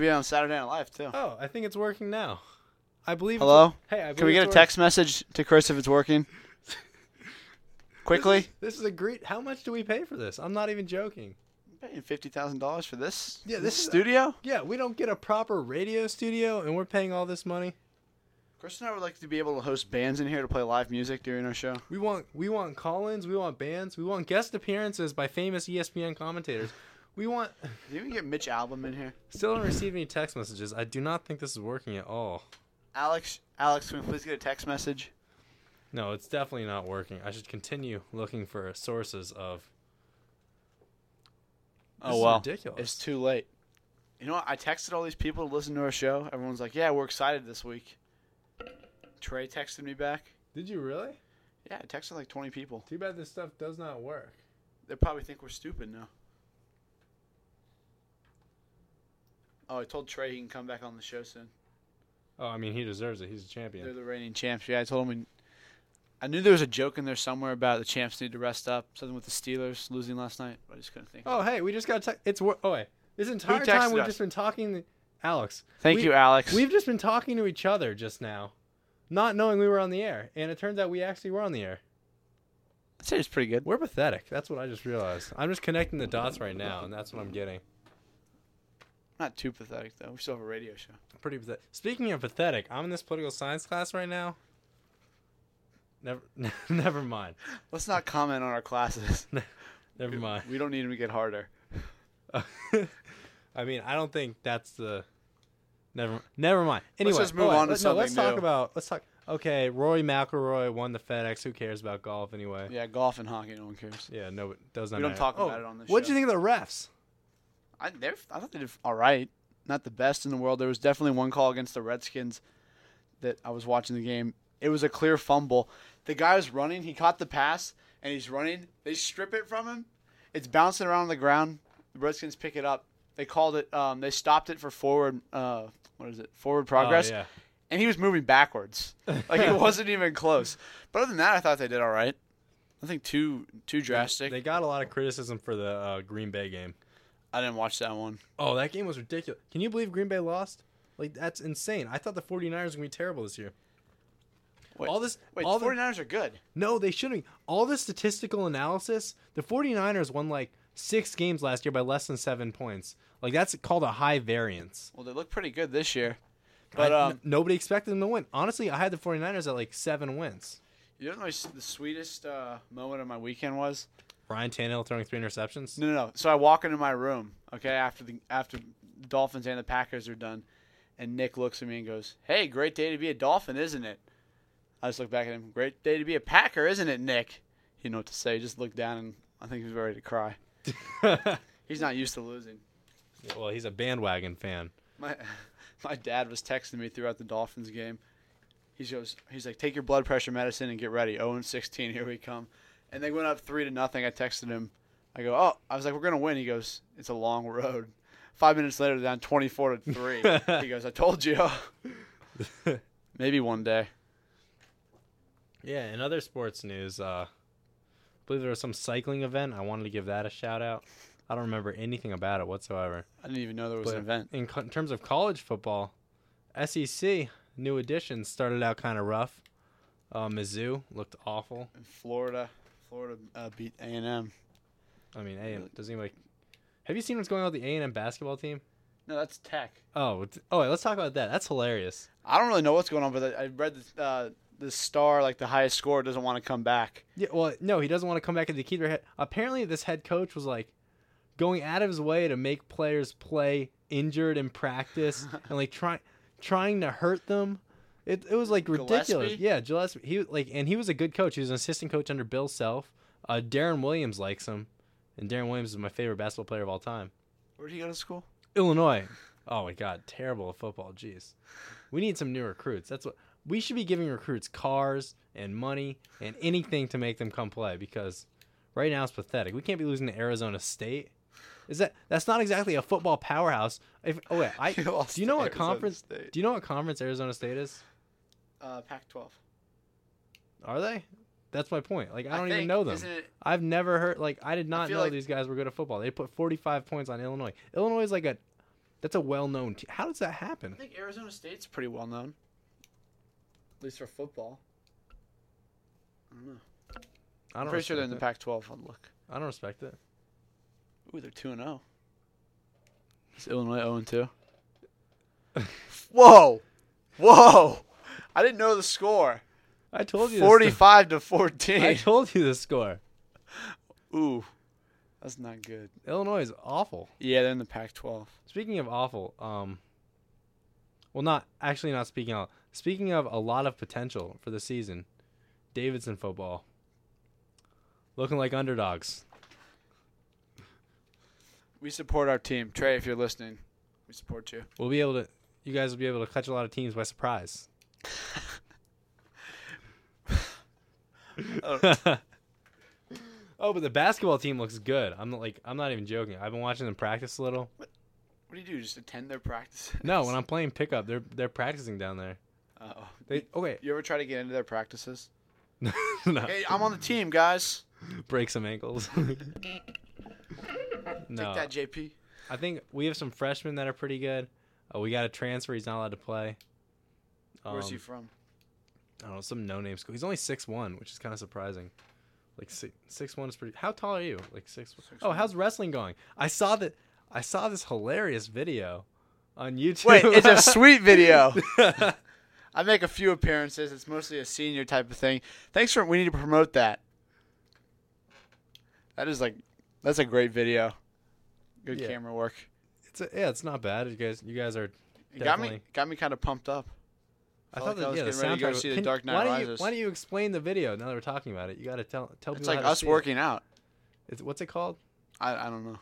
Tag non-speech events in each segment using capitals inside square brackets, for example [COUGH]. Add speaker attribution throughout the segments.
Speaker 1: be on Saturday Night Live too.
Speaker 2: Oh, I think it's working now. I believe. it's-
Speaker 1: Hello?
Speaker 2: Hey, I believe
Speaker 1: Can we get
Speaker 2: it's
Speaker 1: a
Speaker 2: work-
Speaker 1: text message to Chris if it's [LAUGHS] working? Quickly.
Speaker 2: This is a great. How much do we pay for this? I'm not even joking.
Speaker 1: I'm paying fifty thousand dollars for this.
Speaker 2: Yeah,
Speaker 1: this, uh,
Speaker 2: this is-
Speaker 1: studio.
Speaker 2: Yeah, we don't get a proper radio studio, and we're paying all this money.
Speaker 1: Chris and I would like to be able to host bands in here to play live music during our show.
Speaker 2: We want we want call-ins, we want bands, we want guest appearances by famous E ESPN commentators. We want. [LAUGHS]
Speaker 1: Did you even get Mitch Album in here?
Speaker 2: Still don't receive any text messages. I do not think this is working at all.
Speaker 1: Alex, Alex, can we please get a text message?
Speaker 2: No, it's definitely not working. I should continue looking for sources of. This is ridiculous.
Speaker 1: Oh, it's too late. You know what? I texted all these people to listen to our show. Everyone's like, "Yeah, we're excited this week." Trey texted me back.
Speaker 2: Did you really?
Speaker 1: Yeah, I texted like twenty people.
Speaker 2: Too bad this stuff does not work.
Speaker 1: They probably think we're stupid now. Oh, I told Trey he can come back on the show soon.
Speaker 2: Oh, I mean, he deserves it. He's a
Speaker 1: They're
Speaker 2: champion.
Speaker 1: the reigning champs. Yeah, I told him. We, I knew there was a joke in there somewhere about the champs need to rest up. Something with the Steelers losing last night. But I just couldn't think.
Speaker 2: Oh, hey, we just got. Te- it's wor- oh wait, this entire
Speaker 1: texted
Speaker 2: time we've
Speaker 1: us?
Speaker 2: just been talking. Alex,
Speaker 1: Oh, Thank
Speaker 2: we-
Speaker 1: you, Alex.
Speaker 2: We've just been talking to each other just now, not knowing we were on the air, and it turns out we actually were on the air.
Speaker 1: I'd say it's pretty good.
Speaker 2: We're pathetic. That's what I just realized. I'm just connecting the dots right now, and that's what I'm getting.
Speaker 1: Not too pathetic though. We still have a radio show.
Speaker 2: Pretty pathetic. Speaking of pathetic, I'm in this political science class right now. Never, [LAUGHS] never mind.
Speaker 1: Let's not comment on our classes.
Speaker 2: Never mind.
Speaker 1: We don't need them to get harder.
Speaker 2: [LAUGHS] I mean, I don't think that's the. Never, never mind. Anyway,
Speaker 1: just move
Speaker 2: oh,
Speaker 1: on to
Speaker 2: let- no, Let's
Speaker 1: something
Speaker 2: talk
Speaker 1: new.
Speaker 2: about. Let's talk. Okay, Roy McIlroy won the FedEx. Who cares about golf anyway?
Speaker 1: Yeah, golf and hockey, no one cares.
Speaker 2: Yeah, no, it does not.
Speaker 1: We don't
Speaker 2: matter.
Speaker 1: talk
Speaker 2: Oh,
Speaker 1: about it on this
Speaker 2: What'd
Speaker 1: show.
Speaker 2: you think of the refs?
Speaker 1: I, they're, I thought they did all right. Not the best in the world. There was definitely one call against the Redskins that I was watching the game. It was a clear fumble. The guy was running. He caught the pass, and he's running. They strip it from him. It's bouncing around on the ground. The Redskins pick it up. They called it. Um, they stopped it for forward. Uh, what is it? Forward progress.
Speaker 2: Oh, yeah.
Speaker 1: And he was moving backwards. Like
Speaker 2: [LAUGHS]
Speaker 1: it wasn't even close. But other than that, I thought they did all right. Nothing too too drastic.
Speaker 2: They got a lot of criticism for the uh, Green Bay game.
Speaker 1: I didn't watch that one.
Speaker 2: Oh, that game was ridiculous. Can you believe Green Bay lost? Like that's insane. I thought the 49ers were going to be terrible this year.
Speaker 1: Wait,
Speaker 2: All this-
Speaker 1: Wait,
Speaker 2: all
Speaker 1: the
Speaker 2: the-
Speaker 1: 49ers are good.
Speaker 2: No, they shouldn't. be. All the statistical analysis, the 49ers won like 6 games last year by less than 7 points. Like that's called a high variance.
Speaker 1: Well, they look pretty good this year.
Speaker 2: But
Speaker 1: But um,
Speaker 2: nobody expected them to win. Honestly, I had the 49ers at like 7 wins.
Speaker 1: you know what my- the sweetest uh, moment of my weekend was?
Speaker 2: Ryan Tannehill throwing 3 interceptions.
Speaker 1: No, no, no. So I walk into my room, okay, after the after the Dolphins and the Packers are done, and Nick looks at me and goes, "Hey, great day to be a Dolphin, isn't it?" I just look back at him. Great day to be a Packer, isn't it, Nick? He didn't know what to say. He just looked down, and I think he was ready to cry. He's not used to losing.
Speaker 2: [LAUGHS] well, he's a bandwagon fan.
Speaker 1: My [LAUGHS] my dad was texting me throughout the Dolphins game. He goes, he's like, take your blood pressure medicine and get ready. 0 and 16, here we come. And they went up three to nothing. I texted him. I go, oh, I was like, we're gonna win. He goes, it's a long road. Five minutes later, they're down 24 to three. he goes, I told you. [LAUGHS] Maybe one day.
Speaker 2: Yeah, in other sports news, uh, I believe there was some cycling event. I wanted to give that a shout out. I don't remember anything about it whatsoever.
Speaker 1: I didn't even know there was
Speaker 2: But
Speaker 1: an event.
Speaker 2: In, co- in terms of college football, SEC new additions started out kind of rough. Uh, Mizzou looked awful.
Speaker 1: In Florida, Florida uh, beat A&M.
Speaker 2: I mean, hey, does anybody? Have you seen what's going on with the A and M basketball team?
Speaker 1: No, that's Tech.
Speaker 2: Oh, it's- oh, wait, let's talk about that. That's hilarious.
Speaker 1: I don't really know what's going on, but I I read the uh, the star, like the highest score, doesn't want to come back.
Speaker 2: Yeah, well, no, he doesn't want to come back into the key. Head. Apparently, this head coach was like going out of his way to make players play injured in practice and like trying trying to hurt them. It, it was like ridiculous.
Speaker 1: Gillespie?
Speaker 2: Yeah, Gillespie. He like and he was a good coach. He was an assistant coach under Bill Self. Uh, Darren Williams likes him, and Darren Williams is my favorite basketball player of all time.
Speaker 1: Where did he go to school?
Speaker 2: Illinois. Oh my God, terrible at football. Jeez, we need some new recruits. That's what we should be giving recruits: cars and money and anything to make them come play. Because right now it's pathetic. We can't be losing to Arizona State. Is that that's not exactly a football powerhouse? If oh wait, I
Speaker 1: [LAUGHS] You lost
Speaker 2: do you know
Speaker 1: to
Speaker 2: what
Speaker 1: Arizona
Speaker 2: conference?
Speaker 1: State.
Speaker 2: Do you know what conference Arizona State is?
Speaker 1: Uh, Pac-12.
Speaker 2: Are they? That's my point. Like I
Speaker 1: I
Speaker 2: don't even
Speaker 1: think,
Speaker 2: know them.
Speaker 1: isn't it-
Speaker 2: I've never heard like I did not
Speaker 1: feel
Speaker 2: know
Speaker 1: like-
Speaker 2: these guys were good at football. They put 45 points on Illinois. Illinois is like a That's a well-known team. How does that happen?
Speaker 1: I think Arizona State's pretty well known, at least for football. I don't know.
Speaker 2: I
Speaker 1: I'm
Speaker 2: don't
Speaker 1: pretty sure they're in the
Speaker 2: respect
Speaker 1: Pac-12. I'll look.
Speaker 2: it. I don't respect it.
Speaker 1: Ooh, they're two and zero. Is Illinois zero and
Speaker 2: [LAUGHS]
Speaker 1: two? Whoa, whoa! I didn't know the score.
Speaker 2: I told you. Forty. [LAUGHS]
Speaker 1: Forty-five to
Speaker 2: I
Speaker 1: fourteen.
Speaker 2: told you the score.
Speaker 1: Ooh, that's not good.
Speaker 2: Illinois is awful.
Speaker 1: Yeah, they're in the Pac-12.
Speaker 2: Speaking of awful, um, well, not actually not speaking of. Speaking of a lot of potential for the season, Davidson football looking like underdogs.
Speaker 1: We support our team, Trey. If you're listening, we support
Speaker 2: [LAUGHS]
Speaker 1: you.
Speaker 2: We'll be able to. You guys will be able to catch a lot of teams by surprise. [LAUGHS]
Speaker 1: Oh.
Speaker 2: oh, but the basketball team looks good. I'm not like I'm not even joking. I've been watching them practice a little.
Speaker 1: What do you do? Just attend their practices?
Speaker 2: No, when I'm playing pickup, they're they're practicing down there.
Speaker 1: [LAUGHS] Uh-oh.
Speaker 2: They okay. [LAUGHS]
Speaker 1: You ever try to get into their practices?
Speaker 2: no,
Speaker 1: Hey, I'm on the team, guys.
Speaker 2: break some ankles. [LAUGHS] no,
Speaker 1: Take that, JP.
Speaker 2: I think we have some freshmen that are pretty good. Uh, we got a transfer. He's not allowed to play.
Speaker 1: Where's
Speaker 2: Um,
Speaker 1: he
Speaker 2: [LAUGHS]
Speaker 1: from?
Speaker 2: I don't know some no name school. He's only six one, which is kind of surprising. Like six six one is pretty. How tall are you? Like six. oh,
Speaker 1: 6'1".
Speaker 2: how's wrestling going? I saw that. I saw this hilarious video on YouTube.
Speaker 1: Wait, it's a sweet video. I make a few appearances. It's mostly a senior type of thing. Thanks for. We need to promote that. That is like, that's a great video. Good
Speaker 2: Yeah.
Speaker 1: camera work.
Speaker 2: [LAUGHS] it's a, yeah, it's not bad. You guys, you guys are.
Speaker 1: It got me,
Speaker 2: Definitely.
Speaker 1: got me kind of pumped up.
Speaker 2: I
Speaker 1: Felt like
Speaker 2: thought
Speaker 1: I
Speaker 2: that
Speaker 1: was
Speaker 2: yeah, the
Speaker 1: getting ready to go
Speaker 2: soundtrack.
Speaker 1: see The
Speaker 2: can-
Speaker 1: Dark Knight
Speaker 2: why don't
Speaker 1: Rises.
Speaker 2: you why don't you explain the video now that we're talking about it? You got to tell tell
Speaker 1: It's
Speaker 2: people.
Speaker 1: like
Speaker 2: how to
Speaker 1: us
Speaker 2: see
Speaker 1: working out.
Speaker 2: It. It's what's it called?
Speaker 1: I, I don't know.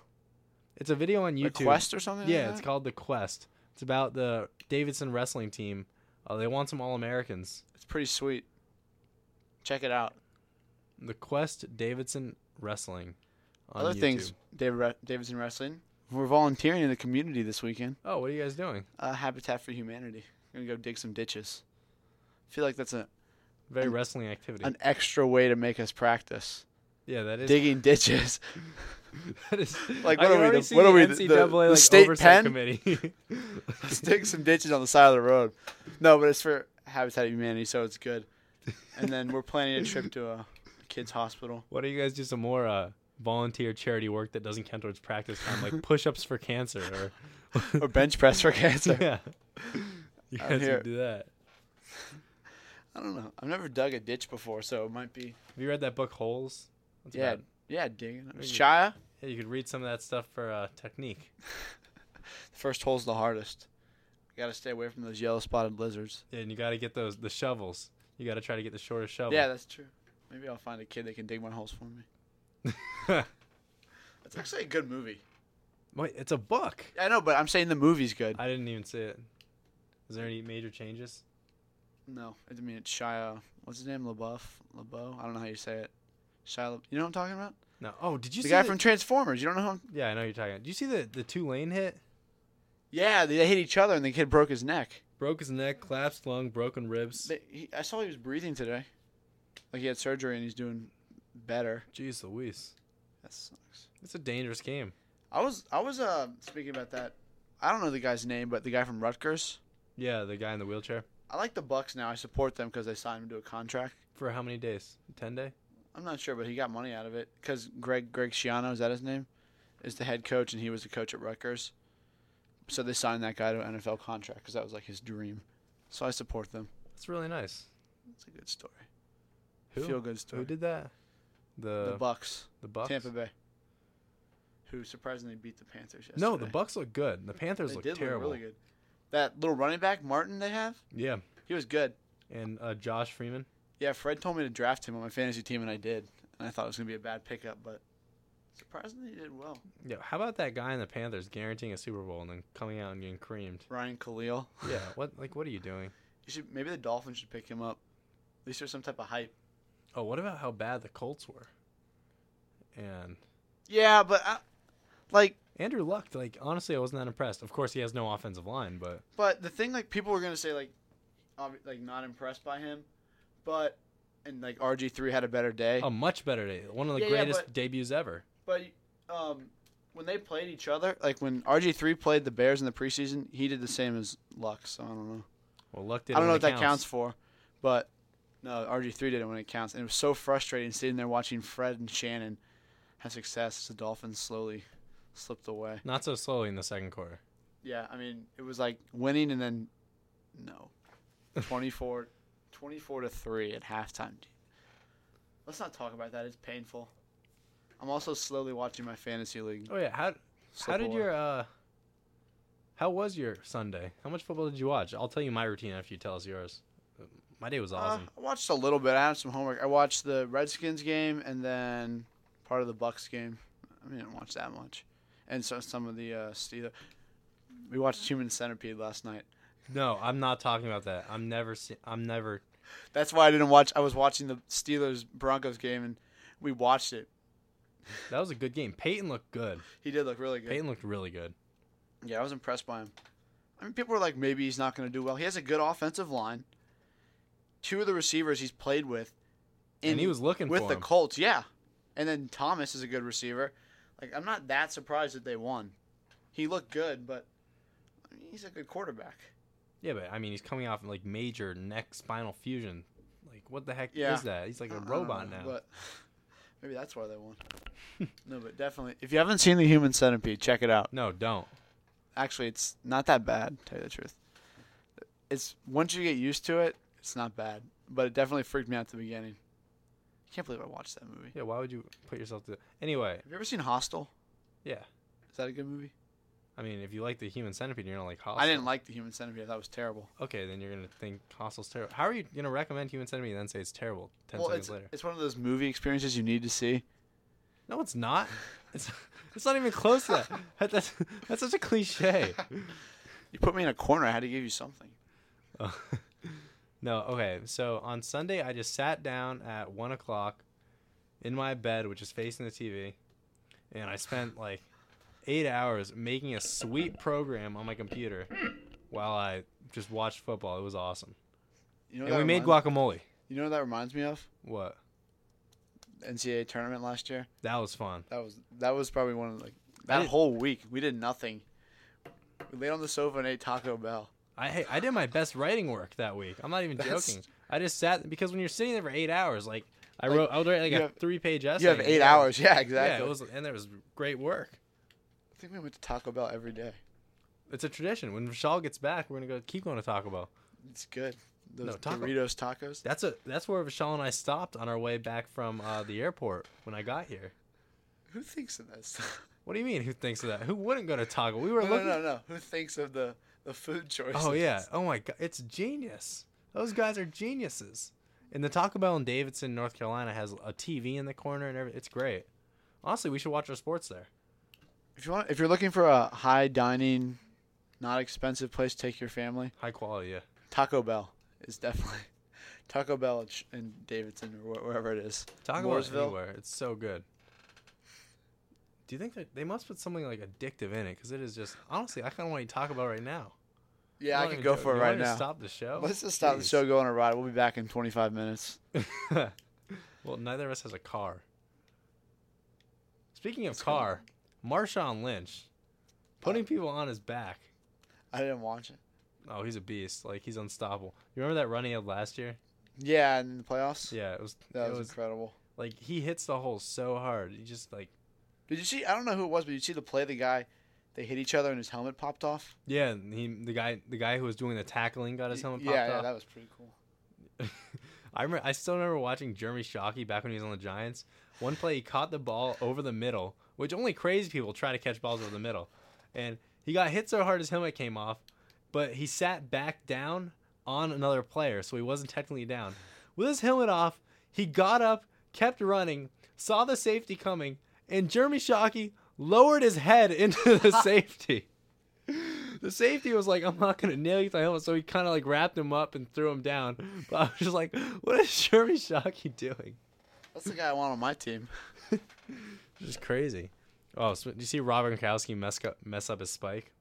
Speaker 2: It's a video on
Speaker 1: The
Speaker 2: YouTube.
Speaker 1: quest or something.
Speaker 2: Yeah,
Speaker 1: like
Speaker 2: it's
Speaker 1: that?
Speaker 2: called The Quest. It's about the Davidson wrestling team. Uh, they want some All Americans.
Speaker 1: it's pretty sweet. Check it out.
Speaker 2: The Quest Davidson Wrestling. On
Speaker 1: Other
Speaker 2: YouTube.
Speaker 1: things, David Re- Davidson Wrestling. We're volunteering in the community this weekend.
Speaker 2: Oh, what are you guys doing?
Speaker 1: Uh, Habitat for Humanity. gonna go dig some ditches. feel like that's a,
Speaker 2: Very
Speaker 1: An-
Speaker 2: wrestling activity.
Speaker 1: an extra way to make us practice
Speaker 2: yeah, that is.
Speaker 1: digging ditches.
Speaker 2: [LAUGHS]
Speaker 1: [LAUGHS]
Speaker 2: that is
Speaker 1: Like, what
Speaker 2: I can
Speaker 1: are we,
Speaker 2: already
Speaker 1: the-
Speaker 2: see
Speaker 1: what are we, the-
Speaker 2: NCAA,
Speaker 1: the- the
Speaker 2: like,
Speaker 1: state pen? [LAUGHS]
Speaker 2: oversight committee?
Speaker 1: Let's dig some ditches on the side of the road. No, but it's for Habitat for Humanity, so it's good. And then we're planning a trip to a kids hospital.
Speaker 2: Why don't you guys do some more uh, volunteer charity work that doesn't count towards practice time,
Speaker 1: [LAUGHS]
Speaker 2: like push-ups for cancer, or [LAUGHS]
Speaker 1: Or bench press for cancer.
Speaker 2: yeah, you
Speaker 1: I'm
Speaker 2: guys
Speaker 1: here.
Speaker 2: can do that.
Speaker 1: I don't know. I've never dug a ditch before, so it might be.
Speaker 2: Have you read that book Holes? That's
Speaker 1: yeah,
Speaker 2: about-
Speaker 1: yeah, digging. It was
Speaker 2: Maybe.
Speaker 1: Shia,
Speaker 2: yeah, you could read some of that stuff for uh, technique.
Speaker 1: first hole's the hardest. Got to stay away from those yellow spotted lizards.
Speaker 2: Yeah, and you got to get those the shovels. You got to try to get the shortest shovel.
Speaker 1: Yeah, that's true. Maybe I'll find a kid that can dig my holes for me. That's actually a good movie.
Speaker 2: [LAUGHS] Wait, it's a book.
Speaker 1: I know, but I'm saying the movie's good.
Speaker 2: I didn't even see it. Is there any major changes?
Speaker 1: No, I mean it's Shia. What's his name? LaBeouf. LeBeau. I don't know how you say it. Shia. La- you know what I'm talking about?
Speaker 2: No. Oh, did you
Speaker 1: the
Speaker 2: see
Speaker 1: guy
Speaker 2: the-
Speaker 1: from Transformers. You don't know who? I'm-
Speaker 2: Yeah, I know who you're talking. About. Did you see the the two lane hit?
Speaker 1: yeah, they hit each other and the kid broke his neck.
Speaker 2: Broke his neck, collapsed lung, broken ribs.
Speaker 1: They, he, I saw he was breathing today. Like he had surgery and he's doing better.
Speaker 2: Jeez Louise,
Speaker 1: That sucks.
Speaker 2: it's a dangerous game.
Speaker 1: I was I was uh speaking about that. I don't know the guy's name, but the guy from Rutgers.
Speaker 2: Yeah, the guy in the wheelchair.
Speaker 1: I like the Bucks now. I support them because they signed him to a contract.
Speaker 2: For how many days? Ten day.
Speaker 1: I'm not sure, but he got money out of it because Greg Greg Schiano is that his name, is the head coach, and he was the coach at Rutgers. So they signed that guy to an NFL contract because that was like his dream. So I support them.
Speaker 2: That's really nice.
Speaker 1: It's a good story.
Speaker 2: Who?
Speaker 1: Feel good story.
Speaker 2: Who did that? The
Speaker 1: the
Speaker 2: the,
Speaker 1: Bucks,
Speaker 2: Bucks.
Speaker 1: Tampa Bay, who surprisingly beat the Panthers yesterday.
Speaker 2: no, the Bucks look good. The Panthers
Speaker 1: They
Speaker 2: look
Speaker 1: did
Speaker 2: terrible.
Speaker 1: look really good. That little running back Martin they have,
Speaker 2: Yeah,
Speaker 1: he was good.
Speaker 2: and uh, Josh Freeman.
Speaker 1: Yeah, Fred told me to draft him on my fantasy team, and I did. And I thought it was gonna be a bad pickup, but surprisingly, he did well.
Speaker 2: Yeah, how about that guy in the Panthers guaranteeing a Super Bowl and then coming out and getting creamed?
Speaker 1: Ryan Khalil. [LAUGHS]
Speaker 2: Yeah, what like what are you doing?
Speaker 1: You should maybe the Dolphins should pick him up. At least there's some type of hype.
Speaker 2: Oh, what about how bad the Colts were? And
Speaker 1: Yeah, but I, like,
Speaker 2: Andrew Luck, like honestly, I wasn't that impressed. Of course, he has no offensive line, but
Speaker 1: but the thing like people were gonna say like, obvi- like not impressed by him, but and like
Speaker 2: Oh.
Speaker 1: RG three had a better day.
Speaker 2: a much better day. One of the
Speaker 1: Yeah, yeah,
Speaker 2: greatest
Speaker 1: but-
Speaker 2: debuts ever.
Speaker 1: But um, when they played each other, like when RG three played the Bears in the preseason, he did the same as Luck. So I don't know.
Speaker 2: Well, luck did.
Speaker 1: I don't know what that counts for, but no, RG three did it when it counts, and it was so frustrating sitting there watching Fred and Shannon have success as the Dolphins slowly slipped away.
Speaker 2: Not so slowly in the second quarter.
Speaker 1: Yeah, I mean it was like winning and then
Speaker 2: [LAUGHS]
Speaker 1: no, 24, 24 to three at halftime. Dude. Let's not talk about that. It's painful. I'm also slowly watching my fantasy league.
Speaker 2: Oh yeah how how
Speaker 1: slip
Speaker 2: did
Speaker 1: away.
Speaker 2: your uh how was your Sunday? How much football did you watch? I'll tell you my routine after you tell us yours. My day was
Speaker 1: Uh,
Speaker 2: awesome.
Speaker 1: I watched a little bit. I have some homework. I watched the Redskins game and then part of the Bucks game. I mean, I didn't watch that much, and so some of the uh, Steelers. We watched Human Centipede last night.
Speaker 2: no, I'm not talking about that. I'm never se- I'm never
Speaker 1: That's why I didn't watch. I was watching the Steelers Broncos game, and we watched it.
Speaker 2: That was a good game. Peyton looked good.
Speaker 1: He did look really good.
Speaker 2: Peyton looked really good.
Speaker 1: Yeah, I was impressed by him. I mean, people were like, maybe he's not going to do well. He has a good offensive line. Two of the receivers he's played with,
Speaker 2: And, he was looking
Speaker 1: with
Speaker 2: for
Speaker 1: the
Speaker 2: him.
Speaker 1: Colts, yeah. And then Thomas is a good receiver. Like I'm not that surprised that they won. He looked good, but I mean, he's a good quarterback.
Speaker 2: yeah, but I mean, he's coming off like major neck spinal fusion. Like, what the heck
Speaker 1: Yeah.
Speaker 2: is that? He's like a
Speaker 1: I- I don't
Speaker 2: robot
Speaker 1: know,
Speaker 2: now.
Speaker 1: But [LAUGHS] maybe that's why they won. [LAUGHS] no, but definitely. If you haven't seen the Human Centipede, check it out.
Speaker 2: No, don't.
Speaker 1: Actually, it's not that bad. To tell you the truth, it's once you get used to it, it's not bad. But it definitely freaked me out at the beginning. I can't believe I watched that movie.
Speaker 2: Yeah, why would you put yourself to? Anyway,
Speaker 1: Have you ever seen Hostel?
Speaker 2: Yeah.
Speaker 1: Is that a good movie?
Speaker 2: I mean, if you like the Human Centipede, you're gonna like Hostel.
Speaker 1: I didn't like the Human Centipede. I thought it was terrible.
Speaker 2: Okay, then you're gonna think Hostel's terrible. How are you gonna recommend Human Centipede and then say it's terrible ten
Speaker 1: well,
Speaker 2: seconds
Speaker 1: it's,
Speaker 2: later?
Speaker 1: it's one of those movie experiences you need to see.
Speaker 2: No, it's not. [LAUGHS] It's it's not even close to
Speaker 1: [LAUGHS]
Speaker 2: that. that. That's that's such a cliche. [LAUGHS]
Speaker 1: You put me in a corner. I had to give you something.
Speaker 2: Oh. no, okay. So on Sunday, I just sat down at one o'clock in my bed, which is facing the TV, and I spent like eight hours making a sweet program on my computer while I just watched football. It was awesome.
Speaker 1: You know what
Speaker 2: And we
Speaker 1: that
Speaker 2: made
Speaker 1: reminds-
Speaker 2: guacamole.
Speaker 1: You know what that reminds me of?
Speaker 2: What?
Speaker 1: The NCAA tournament last year.
Speaker 2: That was fun.
Speaker 1: That was that was probably one of like that
Speaker 2: did-
Speaker 1: whole week we did nothing. We laid on the sofa and ate Taco Bell.
Speaker 2: I hey, I did my best writing work that week. I'm not even
Speaker 1: That's-
Speaker 2: joking. I just sat because when you're sitting there for eight hours, like I
Speaker 1: Like,
Speaker 2: wrote, I would write like
Speaker 1: you
Speaker 2: a
Speaker 1: have-
Speaker 2: three page essay.
Speaker 1: you have
Speaker 2: in
Speaker 1: eight hours. [LAUGHS] Yeah, exactly.
Speaker 2: Yeah, it was, and there was great work.
Speaker 1: I think we went to Taco Bell every day.
Speaker 2: It's a tradition. When Vishal gets back, we're gonna go keep going to Taco Bell.
Speaker 1: It's good. Those
Speaker 2: No, Taco-
Speaker 1: Doritos tacos.
Speaker 2: That's a that's where Vishal and I stopped on our way back from uh, the airport when I got here.
Speaker 1: Who thinks of [LAUGHS] that stuff?
Speaker 2: What do you mean? Who thinks of that? Who wouldn't go to Taco? We were
Speaker 1: No, no,
Speaker 2: looking.
Speaker 1: no, no. Who thinks of the the food choices?
Speaker 2: Oh yeah. Oh my god. It's genius. Those guys are geniuses. And the Taco Bell in Davidson, North Carolina, has a TV in the corner and everything. It's great. Honestly, we should watch our sports there.
Speaker 1: If you want, if you're looking for a high dining, not expensive place to take your family,
Speaker 2: High quality. Yeah.
Speaker 1: Taco Bell is definitely [LAUGHS] Taco Bell in Ch- in Davidson or wh- wherever it is.
Speaker 2: Taco Bell
Speaker 1: Mooresville?
Speaker 2: anywhere. It's so good. Do you think that they must put something like addictive in it? Because it is just honestly, I kind of want to talk about right now.
Speaker 1: Yeah, I
Speaker 2: not
Speaker 1: could
Speaker 2: even
Speaker 1: go
Speaker 2: joking.
Speaker 1: for it
Speaker 2: You want
Speaker 1: right
Speaker 2: me to
Speaker 1: now.
Speaker 2: Stop the show.
Speaker 1: Let's just stop the show, go on a ride. We'll be back in 25 minutes.
Speaker 2: show. [LAUGHS] well, neither of us has a car. Speaking of
Speaker 1: Let's go.
Speaker 2: car, Marshawn Lynch putting
Speaker 1: Oh.
Speaker 2: people on his back.
Speaker 1: I didn't watch it.
Speaker 2: Oh, he's a beast. Like he's unstoppable. You remember that run he had last year?
Speaker 1: Yeah, in the playoffs.
Speaker 2: Yeah, it was.
Speaker 1: that
Speaker 2: it
Speaker 1: was,
Speaker 2: was
Speaker 1: incredible.
Speaker 2: like he hits the hole so hard. He just like
Speaker 1: Did you see? I don't know who it was, but you see the play the guy, they hit each other and his helmet popped off.
Speaker 2: yeah. and He the guy the guy who was doing the tackling got his helmet
Speaker 1: yeah,
Speaker 2: popped
Speaker 1: yeah,
Speaker 2: off.
Speaker 1: that was pretty cool.
Speaker 2: I remember, I still remember watching Jeremy Shockey back when he was on the Giants. One play, he caught the ball over the middle, which only crazy people try to catch balls over the middle. And he got hit so hard his helmet came off, but he sat back down on another player, so he wasn't technically down. With his helmet off, he got up, kept running, saw the safety coming, and Jeremy Shockey lowered his head into the safety. The safety was like, I'm not gonna nail you to my helmet, so he kind of like wrapped him up and threw him down. But I was just like, what is Jeremy Shockey doing?
Speaker 1: That's the guy I want on my team.
Speaker 2: Just crazy. Oh, so, do you see Robert Gronkowski mess up mess up his spike?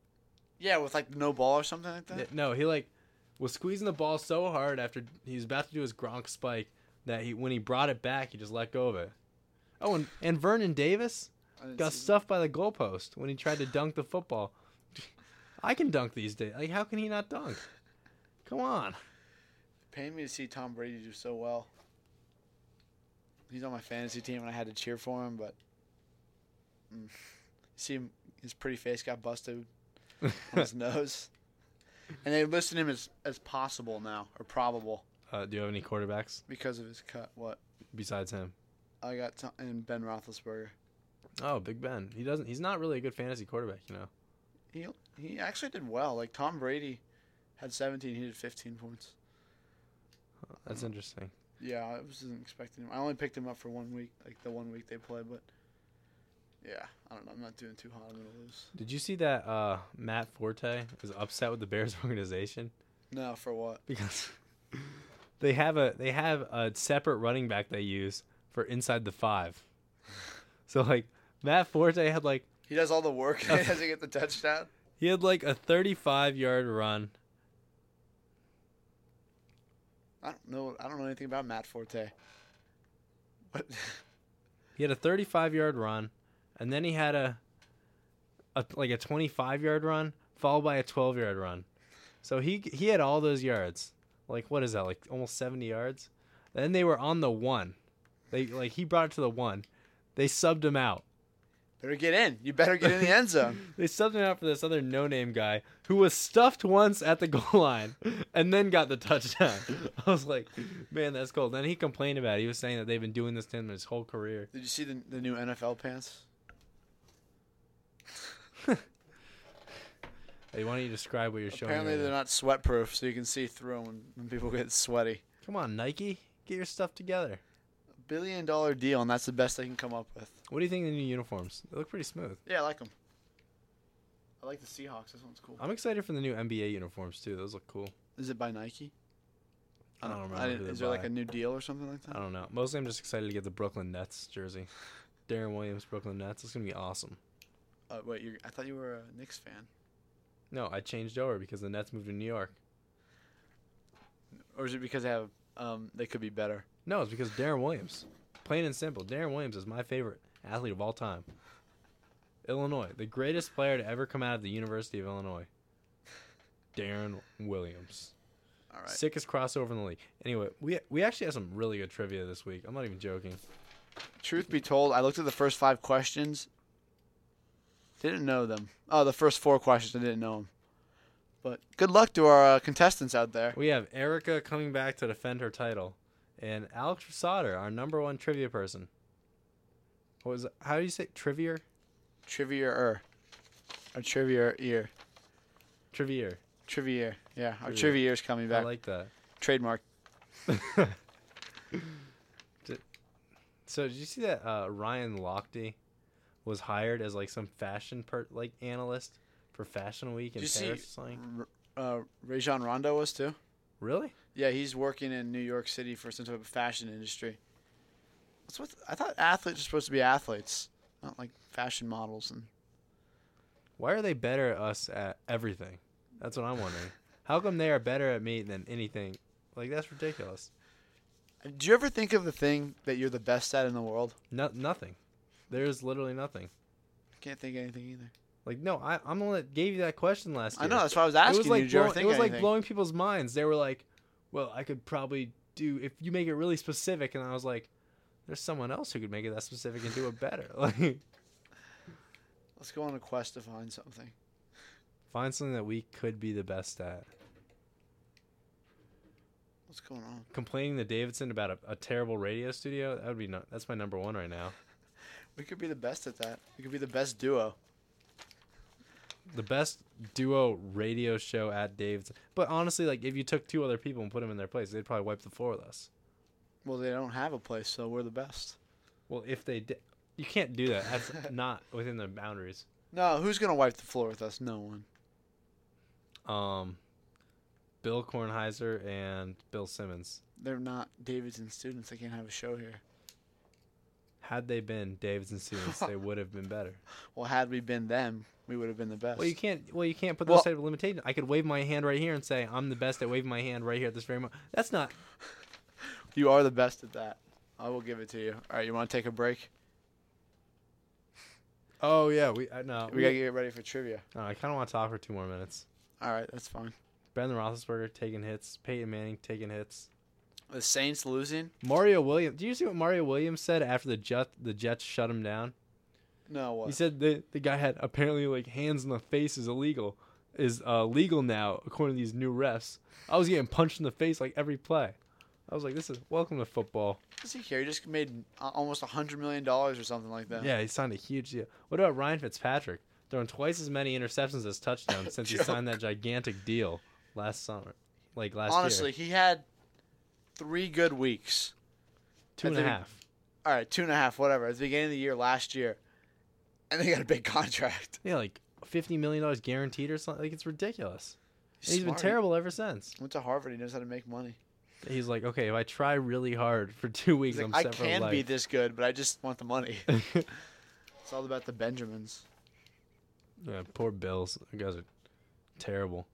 Speaker 1: Yeah, with like no ball or something like that.
Speaker 2: Yeah, No, he like was squeezing the ball so hard after he was about to do his Gronk spike that he when he brought it back, he just let go of it. Oh, and, and Vernon Davis,
Speaker 1: I didn't
Speaker 2: Got
Speaker 1: see
Speaker 2: stuffed by the goalpost when he tried to dunk the football. [LAUGHS] I can dunk these days. Like, how can he not dunk? Come [LAUGHS] on.
Speaker 1: it. Pained me to see Tom Brady do so well. He's on my fantasy team, and I had to cheer for him, but mm. see him, his pretty face got
Speaker 2: [LAUGHS]
Speaker 1: busted on his nose, and they listed him as as possible now or probable
Speaker 2: uh, do you have any quarterbacks
Speaker 1: because of his cut. What
Speaker 2: besides him?
Speaker 1: I got Tom, and Ben Roethlisberger.
Speaker 2: Oh, Big Ben. He doesn't. He's not really a good fantasy quarterback, you know.
Speaker 1: He he actually did well. Like Tom Brady had 17, he did 15 points.
Speaker 2: That's interesting.
Speaker 1: Yeah, I wasn't expecting him. I only picked him up for one week, like the one week they play, but yeah, I don't know. I'm not doing too hot. I'm gonna lose.
Speaker 2: Did you see that uh, Matt Forte is upset with the Bears [LAUGHS] organization?
Speaker 1: No, for what?
Speaker 2: because [LAUGHS] they have a they have a separate running back they use for inside the five. [LAUGHS] So like Matt Forte had like
Speaker 1: He does all the work [LAUGHS] and he doesn't get the touchdown.
Speaker 2: he had like a 35 yard run.
Speaker 1: I don't know. I don't know anything about Matt Forte. What? [LAUGHS]
Speaker 2: He had a 35 yard run, and then he had a, a like a 25 yard run followed by a 12 yard run. So he he had all those yards. Like what is that? Like almost 70 yards. Then they were on the one. They like he brought it to the one. They subbed him out.
Speaker 1: better get in. You better get in the end zone.
Speaker 2: [LAUGHS] They subbed him out for this other no-name guy who was stuffed once at the [LAUGHS] goal line and then got the touchdown. [LAUGHS] I was like, man, that's cool. Then he complained about it. He was saying that they've been doing this to him his whole career.
Speaker 1: Did you see the the new NFL pants?
Speaker 2: Hey, why don't you describe what you're
Speaker 1: Apparently
Speaker 2: showing? me
Speaker 1: they're
Speaker 2: right
Speaker 1: not sweat proof, so you can see through 'em when, when people get sweaty.
Speaker 2: now? Come on, Nike, get your stuff together.
Speaker 1: Billion dollar deal, and that's the best I can come up with.
Speaker 2: What do you think of the new uniforms? They look pretty smooth.
Speaker 1: Yeah, I like them. I like the Seahawks. This one's cool.
Speaker 2: I'm excited for the new NBA uniforms too. Those look cool.
Speaker 1: Is it by Nike?
Speaker 2: I don't remember
Speaker 1: didn't-
Speaker 2: who
Speaker 1: is
Speaker 2: they
Speaker 1: there like
Speaker 2: buy.
Speaker 1: a new deal or something like
Speaker 2: I
Speaker 1: that?
Speaker 2: don't know. Mostly, I'm just excited to get the Brooklyn Nets jersey. [LAUGHS] Darren Williams, Brooklyn Nets. It's gonna be awesome.
Speaker 1: Uh, wait, you're, I thought you were a Knicks fan,
Speaker 2: No, I changed over because the Nets moved to New York.
Speaker 1: or is it because they have um they could be better?
Speaker 2: No, it's because Darren Williams. Plain and simple, Darren Williams is my favorite athlete of all time. Illinois, the greatest player to ever come out of the University of Illinois. [LAUGHS] Darren Williams.
Speaker 1: All right.
Speaker 2: Sickest crossover in the league. Anyway, we we actually have some really good trivia this week. I'm not even joking.
Speaker 1: Truth be told, I looked at the first five questions. Didn't know them. Oh, the first four questions I didn't know them. But good luck to our uh, contestants out there.
Speaker 2: We have Erica coming back to defend her title and Alex Sauter, our number one trivia person. What was how do you say trivia?
Speaker 1: Trivia er, or trivia ear,
Speaker 2: Trivia.
Speaker 1: trivia. Yeah, our
Speaker 2: Trivia.
Speaker 1: trivia is coming
Speaker 2: I
Speaker 1: back.
Speaker 2: like that. [LAUGHS]
Speaker 1: Trademark.
Speaker 2: So did you see that uh, Ryan Lochte was hired as like some fashion per- like analyst for Fashion Week
Speaker 1: Did
Speaker 2: in
Speaker 1: you see
Speaker 2: Paris? or something?
Speaker 1: R- uh, Rajon Rondo was too.
Speaker 2: Really?
Speaker 1: Yeah, he's working in New York City for some type of fashion industry. That's what I thought. Athletes are supposed to be athletes, not like fashion models. And
Speaker 2: Why are they better at us at everything? That's what I'm
Speaker 1: [LAUGHS]
Speaker 2: wondering. How come they are better at me than anything? Like that's ridiculous.
Speaker 1: do you ever think of the thing that you're the best at in the world?
Speaker 2: No- nothing. There's literally nothing.
Speaker 1: I can't think of anything either.
Speaker 2: Like no, I, I'm the one that gave you that question last year.
Speaker 1: I know that's why I was
Speaker 2: it
Speaker 1: asking
Speaker 2: was like
Speaker 1: you. Did you
Speaker 2: blowing,
Speaker 1: ever think
Speaker 2: it was
Speaker 1: of
Speaker 2: like
Speaker 1: anything?
Speaker 2: blowing people's minds. They were like, "Well, I could probably do if you make it really specific." And I was like, "There's someone else who could make it that specific and do it better." [LAUGHS] Like,
Speaker 1: Let's go on a quest to find something.
Speaker 2: find something that we could be the best at.
Speaker 1: What's going on?
Speaker 2: Complaining to Davidson about a, a terrible radio studio that would be no, that's my number one right now.
Speaker 1: We could be the best at that. We could be the best duo.
Speaker 2: The best duo radio show at Davidson. But honestly, like if you took two other people and put them in their place, they'd probably wipe the floor with us.
Speaker 1: Well, they don't have a place, so we're the best.
Speaker 2: Well, if they did, you can't do that. [LAUGHS] That's not within the boundaries.
Speaker 1: No, who's gonna wipe the floor with us? No one.
Speaker 2: um, Bill Kornheiser and Bill Simmons.
Speaker 1: They're not Davidson students. They can't have a show here.
Speaker 2: Had they been Davidson students, they would have been better.
Speaker 1: Well, had we been them, we would have been the best.
Speaker 2: [LAUGHS] Well, you can't. Well, you can't put
Speaker 1: Well-
Speaker 2: those type of limitations. I could wave my hand right here and say I'm the best at waving my hand right here at this very moment. That's not.
Speaker 1: You are the best at that. I will give it to you. All right, you want to take a break?
Speaker 2: Oh yeah, we uh, no.
Speaker 1: We gotta get ready for trivia.
Speaker 2: no, I kind of want to talk for two more minutes.
Speaker 1: All right, that's fine.
Speaker 2: Ben Roethlisberger taking hits. Peyton Manning taking hits.
Speaker 1: The Saints losing?
Speaker 2: Mario Williams. Do you see what Mario Williams said after the Jet the Jets shut him down?
Speaker 1: No,
Speaker 2: He
Speaker 1: what?
Speaker 2: said the the guy had apparently like hands in the face is illegal, is uh, legal now according to these new refs. I was getting punched in the face like every play. I was like, this is welcome to football.
Speaker 1: Does he care? He just made a- almost a hundred million dollars or something like that.
Speaker 2: Yeah, he signed a huge deal. What about Ryan Fitzpatrick? Throwing twice as many interceptions as touchdowns since he
Speaker 1: [LAUGHS] Joke.
Speaker 2: signed that gigantic deal last summer, like last
Speaker 1: Honestly,
Speaker 2: year.
Speaker 1: he had three good weeks.
Speaker 2: Two
Speaker 1: I
Speaker 2: and a half.
Speaker 1: think- All right, two and a half, whatever. At the beginning of the year last year, and they got a big [LAUGHS] contract.
Speaker 2: Yeah, like fifty million dollars guaranteed or something. Like it's ridiculous. And He's been
Speaker 1: Smart.
Speaker 2: terrible ever since.
Speaker 1: Went to Harvard. He knows how to make money.
Speaker 2: He's like, okay, if I try really hard for two weeks,
Speaker 1: He's like,
Speaker 2: I'm
Speaker 1: I
Speaker 2: set for
Speaker 1: can
Speaker 2: life.
Speaker 1: be this good, but I just want the money. [LAUGHS] It's all about the Benjamins.
Speaker 2: [LAUGHS] yeah, poor Bills. You guys are terrible.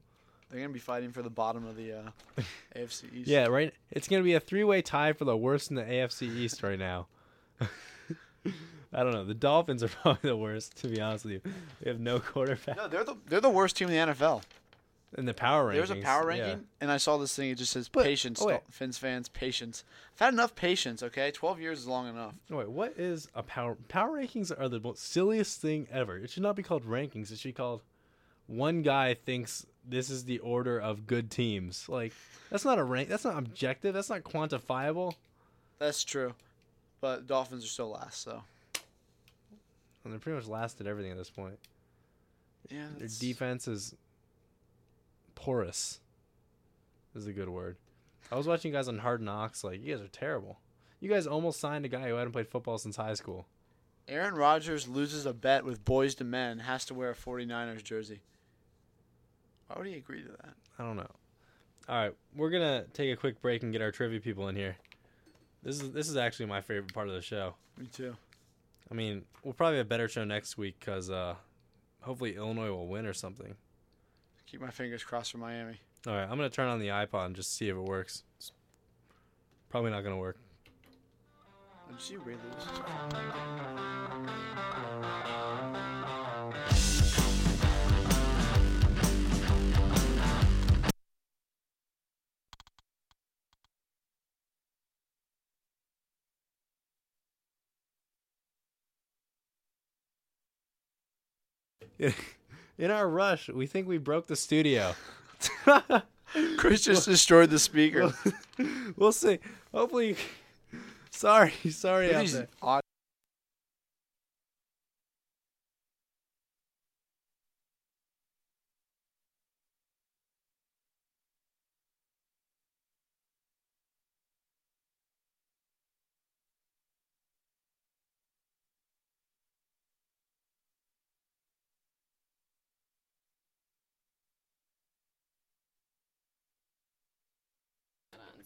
Speaker 1: They're gonna be fighting for the bottom of the
Speaker 2: [LAUGHS]
Speaker 1: uh, AFC East.
Speaker 2: Yeah, right. It's gonna be a three-way tie for the worst in the AFC East right now. [LAUGHS] I don't know. The Dolphins are [LAUGHS] probably the worst, to be honest with you. They have no quarterback.
Speaker 1: No, they're the they're the worst team in the NFL.
Speaker 2: In the power rankings.
Speaker 1: There was a power ranking,
Speaker 2: yeah.
Speaker 1: and I saw this thing. It just says
Speaker 2: But-
Speaker 1: patience.
Speaker 2: oh, wait.
Speaker 1: Fins fans, patience. I've had enough patience. Okay, twelve years is long enough.
Speaker 2: Oh, Wait, what is a power power rankings are the most silliest thing ever. It should not be called rankings. It should be called one guy thinks this is the order of good teams. Like that's not a rank. That's not objective. That's not quantifiable.
Speaker 1: That's true, but Dolphins are still last. So
Speaker 2: And they're pretty much last at everything at this point.
Speaker 1: yeah,
Speaker 2: Their
Speaker 1: that's-
Speaker 2: defense is porous. Is a good word. I was watching you guys on Hard Knocks. Like you guys are terrible. You guys almost signed a guy who hadn't played football since high school.
Speaker 1: Aaron Rodgers loses a bet with Boys to Men, has to wear a 49ers jersey. Why would he agree to that?
Speaker 2: I don't know. All right, we're gonna take a quick break and get our trivia people in here. This is this is actually my favorite part of the show.
Speaker 1: Me too.
Speaker 2: I mean, we'll probably have a better show next week because uh, hopefully Illinois will win or something.
Speaker 1: Keep my fingers crossed for Miami.
Speaker 2: All right, I'm gonna turn on the iPod and just see if it works. It's probably not gonna work.
Speaker 1: Did you really lose?
Speaker 2: [LAUGHS] in our rush, we think we broke the [LAUGHS] studio.
Speaker 1: Chris just destroyed the speaker.
Speaker 2: [LAUGHS] we'll, we'll see. Hopefully, [LAUGHS] sorry, sorry out there.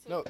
Speaker 1: No.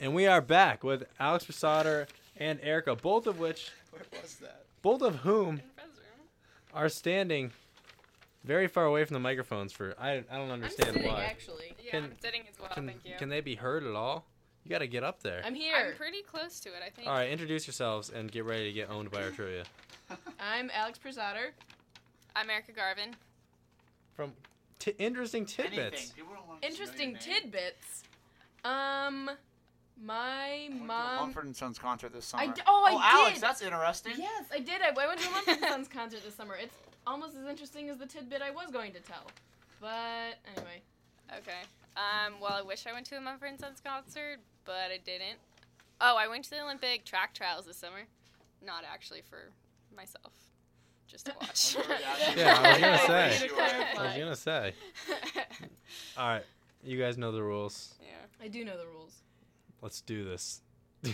Speaker 2: And we are back with Alex Posader and Erica, both of which,
Speaker 1: Where was that?
Speaker 2: both of whom
Speaker 3: Fred's room.
Speaker 2: are standing very far away from the microphones. For I, I don't
Speaker 3: I'm
Speaker 2: understand
Speaker 3: sitting,
Speaker 2: why.
Speaker 3: actually.
Speaker 4: Yeah,
Speaker 2: Can-
Speaker 4: I'm sitting as well.
Speaker 2: Can,
Speaker 4: thank you.
Speaker 2: can they be heard at all? You got to get up there.
Speaker 4: I'm
Speaker 3: I'm
Speaker 4: here.
Speaker 3: pretty close to it, I think.
Speaker 2: all right, introduce yourselves and get ready to get owned by our trivia.
Speaker 4: I'm Alex Prasader.
Speaker 3: I'm Erica Garvin.
Speaker 2: From t- interesting tidbits.
Speaker 4: Interesting tidbits. Um, my mom.
Speaker 1: Mumford and Sons concert this summer.
Speaker 4: I d- oh, I
Speaker 1: Alex,
Speaker 4: did.
Speaker 1: that's interesting.
Speaker 4: Yes, I did. I, I went to a Mumford and Sons [LAUGHS] concert this summer. It's almost as interesting as the tidbit I was going to tell. But anyway,
Speaker 3: Okay. Um, well, I wish I went to a Mumford and Sons concert, but I didn't. Oh, I went to the Olympic track trials this summer. Not actually for myself. just to watch.
Speaker 2: Yeah,
Speaker 3: [LAUGHS]
Speaker 2: I was gonna
Speaker 4: I
Speaker 2: say.
Speaker 4: need to
Speaker 2: I [LAUGHS] was
Speaker 4: clarify.
Speaker 2: gonna say. All right, you guys know the rules.
Speaker 3: yeah.
Speaker 4: I do know the rules.
Speaker 2: Let's do this. [LAUGHS]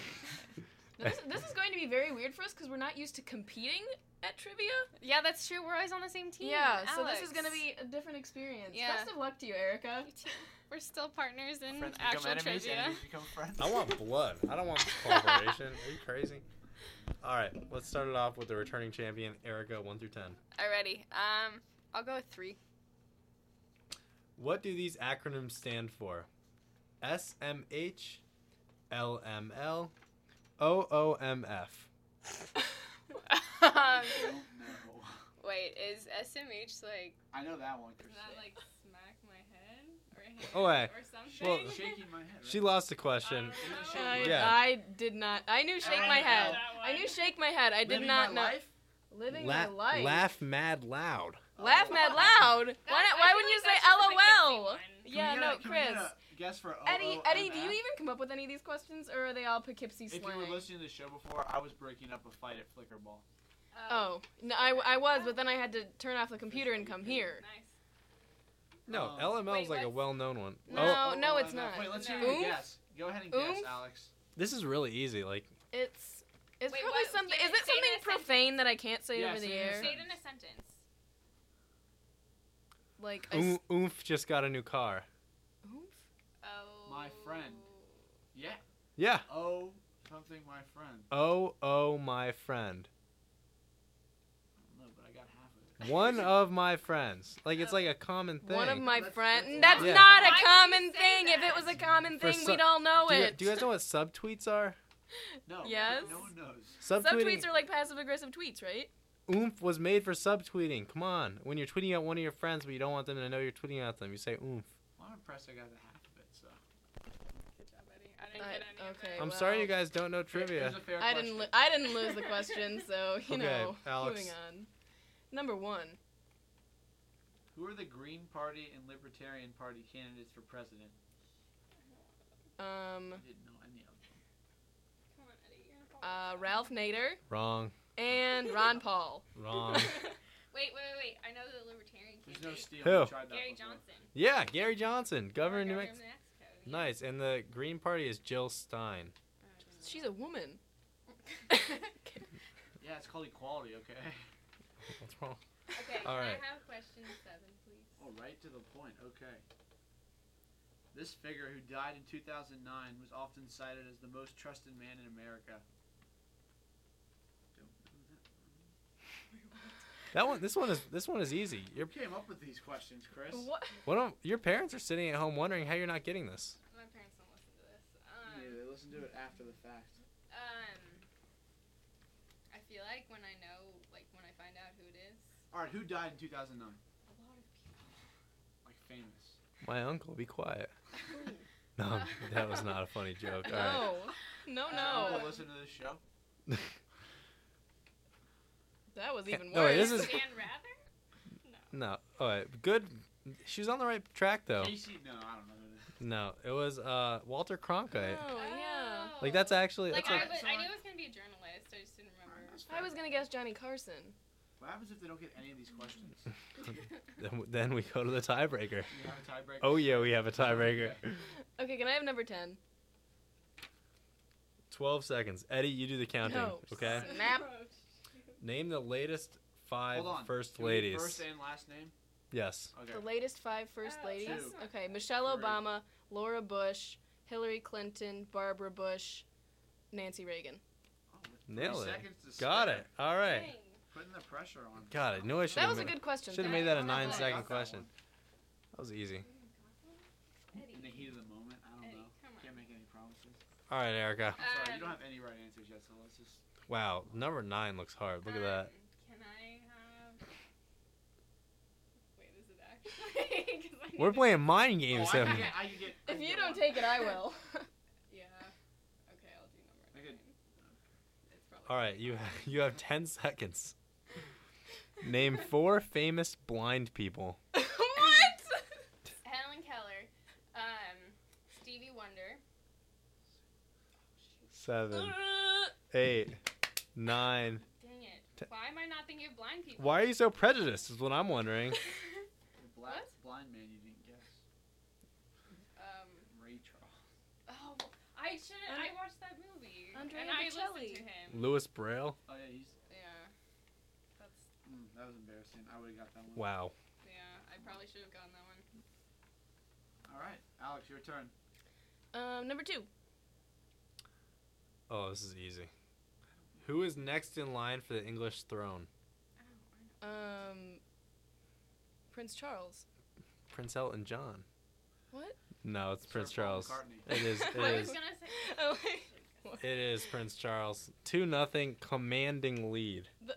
Speaker 4: Now, this, this is going to be very weird for us because we're not used to competing at trivia.
Speaker 3: yeah, that's true. We're always on the same team.
Speaker 4: Yeah, so this is
Speaker 3: Alex.
Speaker 4: going
Speaker 3: [LAUGHS]
Speaker 4: to be a different experience.
Speaker 3: Yeah.
Speaker 4: Best of luck to you, Erica.
Speaker 3: You too. We're still partners in
Speaker 5: Friends become
Speaker 3: actual
Speaker 5: enemies,
Speaker 3: trivia.
Speaker 5: enemies become
Speaker 1: [LAUGHS]
Speaker 5: friends.
Speaker 2: I want blood. I don't want collaboration. Are you crazy? All right, let's start it off with the returning champion, Erica, one through ten.
Speaker 3: Alrighty. Um, I'll go with three. [LAUGHS]
Speaker 2: What do these acronyms stand for? SMH, LML, OOMF.
Speaker 3: Um,
Speaker 5: I don't know.
Speaker 3: Wait, is SMH like
Speaker 5: I know that one. for
Speaker 3: is that
Speaker 5: sure.
Speaker 3: like smack my head or hand
Speaker 2: Oh, wait.
Speaker 3: or something?
Speaker 2: Well,
Speaker 5: shaking my head. Right?
Speaker 2: She lost the question.
Speaker 4: I,
Speaker 2: Yeah.
Speaker 4: I did not. I knew shake my head. I knew shake my head. I did
Speaker 5: Living
Speaker 4: not
Speaker 5: my
Speaker 4: know.
Speaker 5: life?
Speaker 4: Living
Speaker 2: La-
Speaker 4: my life.
Speaker 2: Laugh mad loud.
Speaker 4: Laugh mad loud. Why not? Why wouldn't you say LOL?
Speaker 5: Can we
Speaker 4: Yeah,
Speaker 5: get
Speaker 4: no,
Speaker 5: a- can we get
Speaker 4: Chris.
Speaker 5: a Guess for
Speaker 4: Eddie,
Speaker 5: OOMF?
Speaker 4: Eddie, do you even come up with any of these questions, or are they all Poughkeepsie
Speaker 5: If
Speaker 4: slang?
Speaker 5: you were listening to the show before, I was breaking up a fight at Flickerball.
Speaker 4: Oh, no, I, I was, but then I had to turn off the computer and come here.
Speaker 3: Nice.
Speaker 2: No,
Speaker 5: Um,
Speaker 2: LML is
Speaker 3: Wait,
Speaker 2: like a
Speaker 3: what's-
Speaker 2: well-known one.
Speaker 4: Oh. No.
Speaker 2: Oh,
Speaker 4: no, it's
Speaker 5: OOMF.
Speaker 4: not.
Speaker 5: Wait, let's
Speaker 3: No.
Speaker 5: hear your
Speaker 4: Oomph?
Speaker 5: guess. Go ahead and guess,
Speaker 4: Oomph?
Speaker 5: Alex.
Speaker 2: this is really easy. Like
Speaker 4: It's it's
Speaker 3: Wait,
Speaker 4: probably
Speaker 3: what-
Speaker 4: something.
Speaker 3: you
Speaker 4: Is it
Speaker 3: say it in
Speaker 4: something
Speaker 3: a sentence.
Speaker 4: profane that I can't say
Speaker 5: Yeah,
Speaker 4: over
Speaker 5: say
Speaker 4: the
Speaker 5: it in a
Speaker 4: air?
Speaker 5: sentence.
Speaker 3: Say it in a sentence.
Speaker 4: Like I
Speaker 2: Oom
Speaker 4: s-
Speaker 2: Oomph just got a new car.
Speaker 4: oof?
Speaker 3: Oh.
Speaker 5: My friend. Yeah.
Speaker 2: Yeah.
Speaker 5: Oh, something, my friend.
Speaker 2: Oh, oh, my friend.
Speaker 5: I don't know, but I got half of it.
Speaker 2: One of my friends. Like it's
Speaker 3: Oh.
Speaker 2: like a common thing.
Speaker 4: One of my
Speaker 5: Let's-
Speaker 4: friends.
Speaker 5: let's-
Speaker 4: That's
Speaker 2: Yeah.
Speaker 4: not
Speaker 3: Why would
Speaker 4: a
Speaker 3: you
Speaker 4: common
Speaker 3: say
Speaker 4: thing. If it
Speaker 3: that?
Speaker 4: was a common
Speaker 2: For
Speaker 4: thing,
Speaker 2: so-
Speaker 4: we'd all know
Speaker 2: do, you,
Speaker 4: it.
Speaker 2: do you guys know what subtweets are?
Speaker 5: No.
Speaker 4: Yes?
Speaker 5: No one knows.
Speaker 2: Subtweeting.
Speaker 4: Subtweets are like passive aggressive tweets, right?
Speaker 2: oomph was made for subtweeting. Come on. When you're tweeting at one of your friends but you don't want them to know you're tweeting at them, you say oomph.
Speaker 5: Well, I'm impressed I got the half of it, so.
Speaker 3: Good job, buddy. I didn't
Speaker 4: I-
Speaker 3: get any of
Speaker 4: Uh, okay.
Speaker 3: that.
Speaker 2: I'm sorry
Speaker 4: well.
Speaker 2: you guys don't know
Speaker 5: It
Speaker 2: trivia.
Speaker 5: was a fair
Speaker 4: I didn't. Lo-
Speaker 5: question.
Speaker 4: I didn't lose the
Speaker 2: [LAUGHS]
Speaker 4: question, so you
Speaker 2: Okay,
Speaker 4: know.
Speaker 2: Alex.
Speaker 4: Moving on. Number one.
Speaker 5: Who are the Green Party and Libertarian Party candidates for president?
Speaker 4: Um,
Speaker 5: I didn't know any of them.
Speaker 3: Come on, Eddie, you're gonna
Speaker 4: uh,
Speaker 3: fall.
Speaker 4: Ralph Nader
Speaker 2: Wrong.
Speaker 4: and Ron Paul.
Speaker 2: Wrong.
Speaker 3: wait, wait, wait, wait. I know the libertarian
Speaker 5: There's no
Speaker 3: candidate.
Speaker 5: steal.
Speaker 2: Who?
Speaker 5: We tried that
Speaker 3: Gary
Speaker 5: before.
Speaker 3: Johnson.
Speaker 2: yeah, Gary Johnson, governor of New
Speaker 3: Governor of
Speaker 2: Mexico.
Speaker 3: New Mexico,
Speaker 2: Nice. And the Green Party is Jill Stein.
Speaker 3: yeah. [LAUGHS]
Speaker 4: [LAUGHS] She's [LAUGHS] a woman.
Speaker 5: Yeah, it's called equality, okay? [LAUGHS]
Speaker 2: What's wrong?
Speaker 3: Okay,
Speaker 2: All
Speaker 3: can
Speaker 2: right.
Speaker 3: I have question seven, please?
Speaker 5: Oh, right to the point, okay. This figure, who died in 2009, was often cited as the most trusted man in America. Don't know that.
Speaker 2: That one this one is this one is easy. Your
Speaker 5: Who came up with these questions, Chris?
Speaker 4: [LAUGHS] What?
Speaker 2: one of, your parents are sitting at home wondering how you're not getting this.
Speaker 3: My parents don't listen to this.
Speaker 5: Yeah,
Speaker 3: Um,
Speaker 5: they listen to it after the fact.
Speaker 3: um, I feel like when I know, like when I find out who it is,
Speaker 5: All right, who died in 2009?
Speaker 3: a lot of
Speaker 5: Like famous.
Speaker 2: My uncle, be quiet. [LAUGHS]
Speaker 3: people. [LAUGHS]
Speaker 2: No, that was not a funny joke. All right.
Speaker 4: No. No,
Speaker 5: Does your
Speaker 4: no.
Speaker 5: uncle listen to this show?
Speaker 4: That was even worse.
Speaker 2: No, wait, this Oh, is- [LAUGHS]
Speaker 3: Dan Rather.
Speaker 2: No. All right. Good. She was on the right track though.
Speaker 5: Casey? No, I don't know. who that-
Speaker 2: No, it was uh, Walter Cronkite.
Speaker 4: Oh, yeah.
Speaker 2: Like that's actually
Speaker 3: Like
Speaker 2: that's
Speaker 3: I,
Speaker 2: like,
Speaker 3: was, I
Speaker 5: Someone-
Speaker 3: knew it was gonna be a journalist. I just didn't
Speaker 5: All right,
Speaker 3: remember. [LAUGHS]
Speaker 5: that's
Speaker 4: I
Speaker 5: fair.
Speaker 4: was gonna guess Johnny Carson.
Speaker 5: What happens if they don't get any of these
Speaker 2: [LAUGHS]
Speaker 5: questions?
Speaker 2: then, then we go to the tiebreaker.
Speaker 5: Do you have a tiebreaker?
Speaker 2: Oh yeah, we have a tiebreaker.
Speaker 4: Okay, can I have number ten?
Speaker 2: Twelve seconds. Eddie, you do the counting.
Speaker 4: No.
Speaker 2: Okay.
Speaker 4: [LAUGHS] Snap.
Speaker 2: Name the latest five
Speaker 5: Hold on.
Speaker 2: first
Speaker 5: Do we need
Speaker 2: ladies.
Speaker 5: First and last name.
Speaker 2: Yes.
Speaker 5: Okay.
Speaker 4: The latest five first
Speaker 3: Oh,
Speaker 4: ladies.
Speaker 5: that's
Speaker 3: not-
Speaker 4: Okay, Michelle
Speaker 5: Three.
Speaker 4: Obama, Laura Bush, Hillary Clinton, Barbara Bush, Nancy Reagan.
Speaker 5: Oh, with three
Speaker 2: Nailed it.
Speaker 5: seconds to
Speaker 2: Got
Speaker 5: spare.
Speaker 2: it. All right.
Speaker 3: Dang.
Speaker 5: Putting the pressure on.
Speaker 2: God, I knew I should
Speaker 4: That
Speaker 2: have
Speaker 4: was a
Speaker 2: made,
Speaker 4: good question.
Speaker 2: should have
Speaker 3: though.
Speaker 2: made that
Speaker 3: I
Speaker 2: a
Speaker 3: don't know
Speaker 2: nine
Speaker 3: if I
Speaker 2: second
Speaker 5: got that
Speaker 2: question. That was easy.
Speaker 5: In the heat of the moment, I don't
Speaker 3: Eddie,
Speaker 5: know.
Speaker 3: come on.
Speaker 5: Can't make any promises.
Speaker 2: All right, Erica.
Speaker 5: I'm sorry, you don't
Speaker 3: Um,
Speaker 5: have any right answers yet, so let's just.
Speaker 2: Wow, number nine looks hard. Look at that.
Speaker 3: Um, Can I have? Wait, is it actually? [LAUGHS] 'Cause I need
Speaker 2: We're
Speaker 3: to-
Speaker 2: playing mind games.
Speaker 5: Oh, I,
Speaker 2: here.
Speaker 5: can get, I can get. I
Speaker 4: If
Speaker 5: can
Speaker 4: you
Speaker 5: get
Speaker 4: don't
Speaker 5: one.
Speaker 4: take it, [LAUGHS] I will.
Speaker 3: Yeah. Okay, I'll do number
Speaker 5: I could-
Speaker 3: nine. It's probably
Speaker 2: All
Speaker 3: [LAUGHS]
Speaker 2: right, you [LAUGHS] you have ten seconds. Name four famous blind people.
Speaker 4: what?
Speaker 3: Helen Keller, um, Stevie Wonder.
Speaker 2: Seven, eight, nine.
Speaker 3: Dang it!
Speaker 2: T-
Speaker 3: Why am I not not thinking of blind people.
Speaker 2: Why are you so prejudiced? Is what I'm wondering.
Speaker 5: Black,
Speaker 4: What?
Speaker 5: Blind man, you didn't guess.
Speaker 3: [LAUGHS] um,
Speaker 5: Ray Charles.
Speaker 3: oh, I should. I
Speaker 4: Andre-
Speaker 3: watched that movie.
Speaker 4: Andrea
Speaker 3: and I
Speaker 4: Bocelli.
Speaker 3: listened to him.
Speaker 2: Louis Braille.
Speaker 5: Oh yeah, he's.
Speaker 3: Yeah. That's
Speaker 5: Mm, that was embarrassing. I would have got that one.
Speaker 2: Wow.
Speaker 3: yeah. I probably should have gotten that one.
Speaker 5: All right, Alex, your turn.
Speaker 4: [LAUGHS] Um, number two.
Speaker 2: Oh, this is easy. Who is next in line for the English throne?
Speaker 3: Oh, I know.
Speaker 4: Um, Prince [LAUGHS] Charles.
Speaker 2: Prince Elton John.
Speaker 4: What?
Speaker 2: No, it's
Speaker 5: Sir
Speaker 2: Prince
Speaker 5: Paul
Speaker 2: Charles.
Speaker 5: McCartney.
Speaker 2: It is.
Speaker 3: [LAUGHS]
Speaker 2: It
Speaker 4: Why
Speaker 3: I
Speaker 4: would
Speaker 2: is.
Speaker 3: was gonna say.
Speaker 4: Oh, wait.
Speaker 2: [LAUGHS] It is Prince Charles. Two nothing, commanding lead.
Speaker 4: The-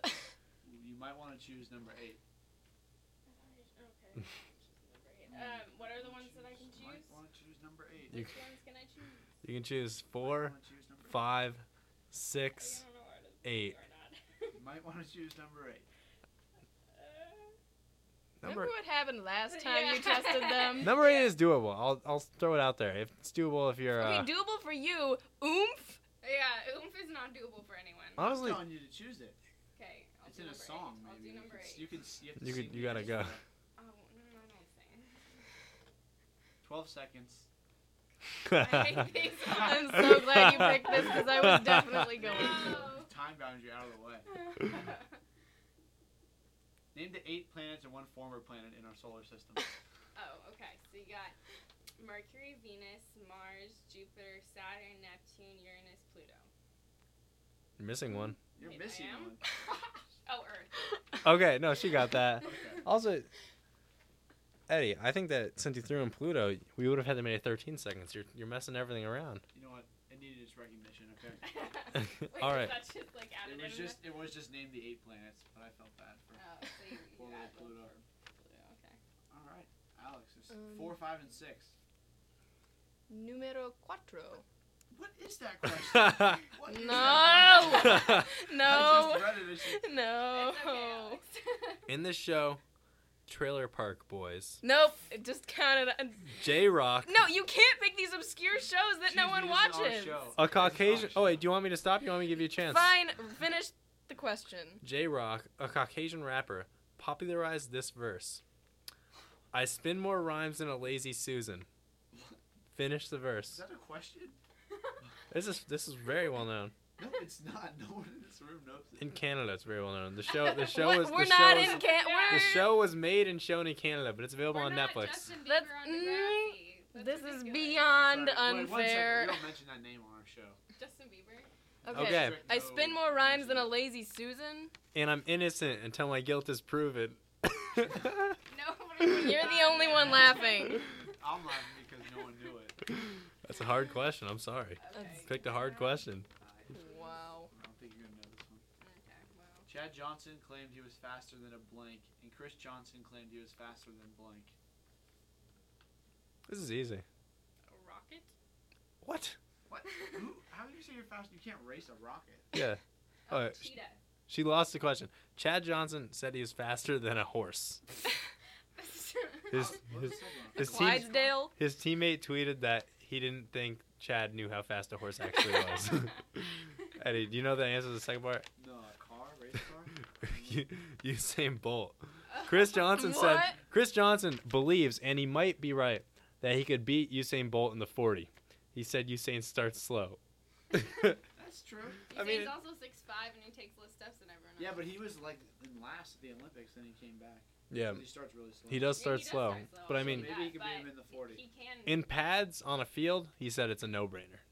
Speaker 5: You might want to choose number eight.
Speaker 3: Okay. Um, what are the ones that I can
Speaker 5: You
Speaker 3: choose?
Speaker 5: might want to choose number eight.
Speaker 2: You
Speaker 3: Which ones can I choose?
Speaker 2: You can choose
Speaker 5: You might
Speaker 2: four,
Speaker 5: wanna choose number
Speaker 2: five,
Speaker 3: I
Speaker 2: six.
Speaker 3: don't know where to
Speaker 2: eight.
Speaker 3: Or not.
Speaker 5: eight. You might want to choose number eight.
Speaker 3: Uh,
Speaker 2: Number
Speaker 4: Remember what happened last time
Speaker 3: Yeah.
Speaker 4: you tested them? [LAUGHS]
Speaker 2: number eight is doable. I'll I'll throw it out there. If it's doable, if you're
Speaker 4: Okay,
Speaker 2: uh,
Speaker 4: doable for you. [LAUGHS] Oomph.
Speaker 3: yeah, oomph is not doable for anyone.
Speaker 2: honestly,
Speaker 5: I'm
Speaker 2: [LAUGHS]
Speaker 5: telling you to choose it.
Speaker 3: Okay, I'll
Speaker 5: it's
Speaker 3: do
Speaker 5: in a
Speaker 3: number
Speaker 5: song,
Speaker 3: Eight. I'll
Speaker 5: maybe.
Speaker 3: do number eight.
Speaker 5: You can. s- You, have to
Speaker 2: You could-
Speaker 5: sing
Speaker 2: you
Speaker 5: the
Speaker 2: gotta
Speaker 5: intro.
Speaker 2: go.
Speaker 3: Oh no, I don't sing.
Speaker 5: Twelve seconds.
Speaker 2: [LAUGHS]
Speaker 3: I hate these.
Speaker 5: [LAUGHS]
Speaker 3: [LAUGHS]
Speaker 4: I'm so glad you picked this because I was definitely [LAUGHS] going to.
Speaker 3: No.
Speaker 5: Time boundary out of the way. Name the eight planets and one former planet in our
Speaker 3: [LAUGHS]
Speaker 5: solar system.
Speaker 3: oh, okay. So you got Mercury, Venus, Mars, Jupiter, Saturn, Neptune, Uranus, Pluto.
Speaker 2: you're missing one.
Speaker 5: You're
Speaker 3: Wait, I
Speaker 5: missing
Speaker 3: am?
Speaker 5: one.
Speaker 3: [LAUGHS] oh, Earth.
Speaker 2: Okay, no, she got that.
Speaker 5: Okay.
Speaker 2: Also, Eddie, I think that since you threw in Pluto, we would have had to make it 13 seconds. You're you're messing everything around. [LAUGHS]
Speaker 5: You know what? It needed its recognition. Okay.
Speaker 3: [LAUGHS]
Speaker 2: [LAUGHS]
Speaker 3: Wait,
Speaker 2: All
Speaker 3: is
Speaker 2: right.
Speaker 3: that just like added
Speaker 5: It was
Speaker 3: in
Speaker 5: just it was just named the eight planets, but I felt bad for.
Speaker 3: there? Oh, so you, you
Speaker 5: Well,
Speaker 3: add
Speaker 5: Pluto.
Speaker 3: those for Pluto. Okay.
Speaker 5: All right, Alex. There's
Speaker 4: Um,
Speaker 5: four, five, and six.
Speaker 4: Numero cuatro.
Speaker 5: What is
Speaker 2: [LAUGHS]
Speaker 5: that question?
Speaker 4: [LAUGHS]
Speaker 5: What is that?
Speaker 4: No.
Speaker 5: I
Speaker 4: No.
Speaker 5: just read it. It's just-
Speaker 4: No.
Speaker 3: It's okay,
Speaker 4: Oh.
Speaker 3: Alex. [LAUGHS]
Speaker 2: in this show, Trailer Park Boys,
Speaker 4: Nope. It just counted. on-
Speaker 2: J Rock,
Speaker 4: No, you can't pick these obscure shows [LAUGHS] that no
Speaker 5: Excuse me,
Speaker 4: one
Speaker 5: this is our
Speaker 4: watches.
Speaker 5: show.
Speaker 2: a
Speaker 5: This is our
Speaker 2: Caucasian.
Speaker 5: show.
Speaker 2: Oh wait, do you want me to stop? You want me to give you a chance?
Speaker 4: Fine. Finish the question.
Speaker 2: J Rock, a Caucasian rapper, popularized this verse. I spin more rhymes than a lazy Susan. Finish the
Speaker 5: Is
Speaker 2: verse.
Speaker 5: that a question?
Speaker 2: This is this is very well known
Speaker 5: No, it's not. No one in this room knows it.
Speaker 2: in Canada. It's very well known. The show
Speaker 4: [LAUGHS]
Speaker 2: the show
Speaker 4: What?
Speaker 2: was
Speaker 4: We're
Speaker 2: the
Speaker 4: not
Speaker 2: show
Speaker 4: in
Speaker 2: was,
Speaker 4: Canada.
Speaker 2: the
Speaker 3: We're-
Speaker 2: show was made and shown in Canada, but it's available
Speaker 3: We're
Speaker 2: on
Speaker 3: not
Speaker 2: Netflix.
Speaker 3: Justin Bieber
Speaker 4: That's-
Speaker 3: on Degrassi. That's
Speaker 4: mm, This is
Speaker 3: ridiculous.
Speaker 4: beyond
Speaker 5: Sorry, wait, one second,
Speaker 4: unfair.
Speaker 5: We don't mention that name on our show.
Speaker 3: Justin Bieber.
Speaker 4: Okay.
Speaker 2: Okay.
Speaker 4: I spin more rhymes than a lazy Susan.
Speaker 2: And I'm innocent until my guilt is
Speaker 4: [LAUGHS]
Speaker 2: proven. That's
Speaker 3: No. we're
Speaker 4: You're
Speaker 3: not.
Speaker 4: the only one laughing.
Speaker 5: I'm laughing because no one knew
Speaker 4: [LAUGHS]
Speaker 5: it.
Speaker 2: a hard question. I'm sorry.
Speaker 3: Okay.
Speaker 2: Picked a hard question.
Speaker 5: I
Speaker 2: [LAUGHS]
Speaker 4: Wow.
Speaker 5: don't think you're gonna know this one.
Speaker 3: Okay, well,
Speaker 5: Chad Johnson claimed he was faster than a blank, and Chris Johnson claimed he was faster than blank.
Speaker 2: This is easy.
Speaker 3: a rocket?
Speaker 2: What?
Speaker 1: [LAUGHS]
Speaker 5: What? Who? How do you say you're faster? You can't race a rocket.
Speaker 2: Yeah.
Speaker 3: A
Speaker 2: Oh, sh-
Speaker 3: cheetah. [LAUGHS]
Speaker 2: She lost the question. Chad Johnson said he was faster than a horse. His- his-
Speaker 5: How- hold on.
Speaker 2: his team's-
Speaker 4: Clydesdale.
Speaker 2: His teammate tweeted that he didn't think Chad knew how fast a horse actually
Speaker 3: [LAUGHS]
Speaker 2: [LAUGHS] was.
Speaker 3: Oh.
Speaker 2: Eddie, do you know the answer to the second part? [LAUGHS]
Speaker 5: No, a car, race car.
Speaker 2: you, Usain Bolt. Chris Johnson said
Speaker 4: What?
Speaker 2: Chris Johnson believes, and he might be right, that he could beat Usain Bolt in the 40. He said Usain starts slow.
Speaker 5: [LAUGHS]
Speaker 2: [LAUGHS]
Speaker 5: That's true.
Speaker 2: I
Speaker 3: I
Speaker 2: mean,
Speaker 3: mean, he's
Speaker 2: it-
Speaker 3: also six five and he takes less steps than everyone.
Speaker 5: Yeah,
Speaker 3: else.
Speaker 5: but he was like in last at the Olympics, then he came back.
Speaker 2: yeah,
Speaker 5: He starts really slow.
Speaker 2: he does
Speaker 3: Yeah,
Speaker 2: start
Speaker 3: he does
Speaker 2: slow.
Speaker 3: start slow,
Speaker 2: But I
Speaker 3: so
Speaker 2: mean,
Speaker 5: maybe he could
Speaker 3: but
Speaker 5: beat him in the
Speaker 3: He
Speaker 5: 40.
Speaker 3: can.
Speaker 2: in pads on a field, he said it's a no-brainer.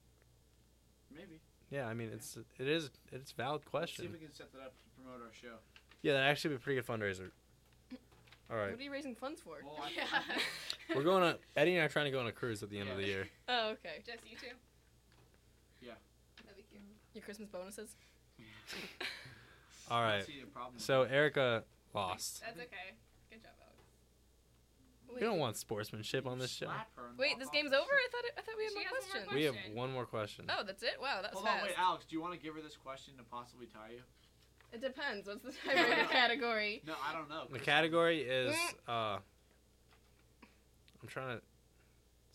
Speaker 5: Maybe.
Speaker 2: Yeah, I mean, it's it is it's a valid
Speaker 5: Let's see if
Speaker 2: question.
Speaker 5: we can set that up to promote our show.
Speaker 2: Yeah, that'd actually be a pretty good fundraiser. All right.
Speaker 4: What are you raising funds for?
Speaker 5: Well, I,
Speaker 3: [LAUGHS] yeah.
Speaker 5: I think-
Speaker 2: We're going on. Eddie and I are trying to go on a cruise at the end of the
Speaker 5: Yeah.
Speaker 2: year.
Speaker 4: Oh, okay.
Speaker 3: Just you two.
Speaker 5: Yeah.
Speaker 3: That'd be cute.
Speaker 4: Your Christmas bonuses.
Speaker 2: All right.
Speaker 5: I see a problem.
Speaker 2: So Erica lost.
Speaker 3: That's okay. Good job, Alex.
Speaker 2: [LAUGHS] We
Speaker 4: Wait,
Speaker 2: don't want sportsmanship on this show.
Speaker 5: Slap her
Speaker 4: [LAUGHS]
Speaker 5: and
Speaker 4: wait
Speaker 5: walk
Speaker 4: this
Speaker 5: off
Speaker 4: game's
Speaker 5: the
Speaker 4: over? I thought it, I thought we had
Speaker 3: She
Speaker 4: more
Speaker 3: has one more
Speaker 4: questions.
Speaker 2: We have
Speaker 3: Question.
Speaker 2: one more question.
Speaker 4: Oh, that's it. Wow, that was
Speaker 5: Hold
Speaker 4: fast.
Speaker 5: on, wait, Alex. Do you want to give her this question to possibly tie you?
Speaker 4: It depends. What's the
Speaker 2: [LAUGHS]
Speaker 4: tiebreaker category?
Speaker 5: No, I don't know.
Speaker 2: The
Speaker 5: Chris.
Speaker 2: category is. uh I'm trying to.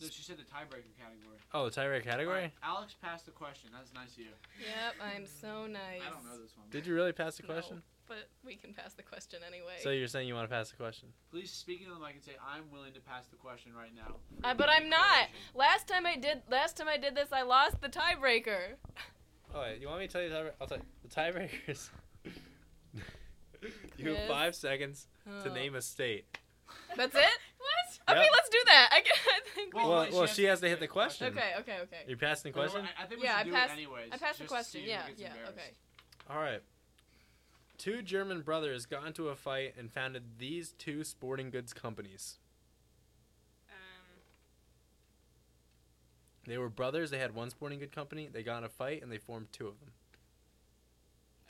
Speaker 5: No, she said the tiebreaker category.
Speaker 2: Oh, the tiebreaker
Speaker 5: Alright,
Speaker 2: category.
Speaker 5: Alex passed the question. That's nice of you.
Speaker 4: Yep, I'm so nice.
Speaker 5: I don't know this one.
Speaker 2: Did you really pass the
Speaker 4: No.
Speaker 2: question?
Speaker 4: but we can pass the question anyway.
Speaker 2: So you're saying you want to pass the question?
Speaker 5: Please speak into the mic and say, "I'm willing to pass the question right now."
Speaker 4: Uh, but I'm not. Last time I did, last time I did this, I lost the tiebreaker.
Speaker 2: All right, you want me to tell you the tiebreaker? I'll tell you. The tiebreakers. [LAUGHS] you have
Speaker 4: Yes.
Speaker 2: five seconds to
Speaker 4: Oh.
Speaker 2: name a state. [LAUGHS]
Speaker 4: That's it.
Speaker 3: What?
Speaker 4: Okay,
Speaker 2: Yep.
Speaker 4: let's do that. I, g- [LAUGHS] I think. we-
Speaker 2: Well, well, she has to hit the question.
Speaker 4: okay, okay, okay.
Speaker 2: You passing the question?
Speaker 5: I, I think we
Speaker 4: Yeah, I
Speaker 5: should do
Speaker 4: passed-
Speaker 5: it anyways.
Speaker 4: I passed the
Speaker 5: just to see
Speaker 4: question.
Speaker 5: who
Speaker 4: Yeah,
Speaker 5: gets
Speaker 4: yeah,
Speaker 5: embarrassed.
Speaker 4: okay.
Speaker 2: All right. Two German brothers got into a fight and founded these two sporting goods companies.
Speaker 3: Um,
Speaker 2: They were brothers. They had one sporting good company. They got in a fight and they formed two of them.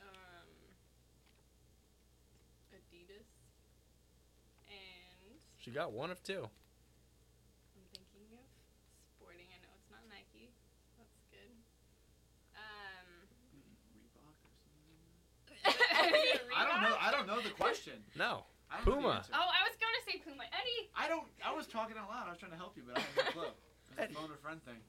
Speaker 3: um, Adidas. And
Speaker 2: She got one of two.
Speaker 3: I'm thinking of sporting. I know it's not Nike. That's good. Um,
Speaker 5: [LAUGHS] I don't know. I don't know the question.
Speaker 2: No.
Speaker 5: I don't know the
Speaker 2: Puma.
Speaker 5: answer.
Speaker 3: [LAUGHS] Oh, I was going to say Puma. Eddie.
Speaker 5: I don't. I was talking out loud. I was trying to help you, but I had no clue. It was a phone a friend thing.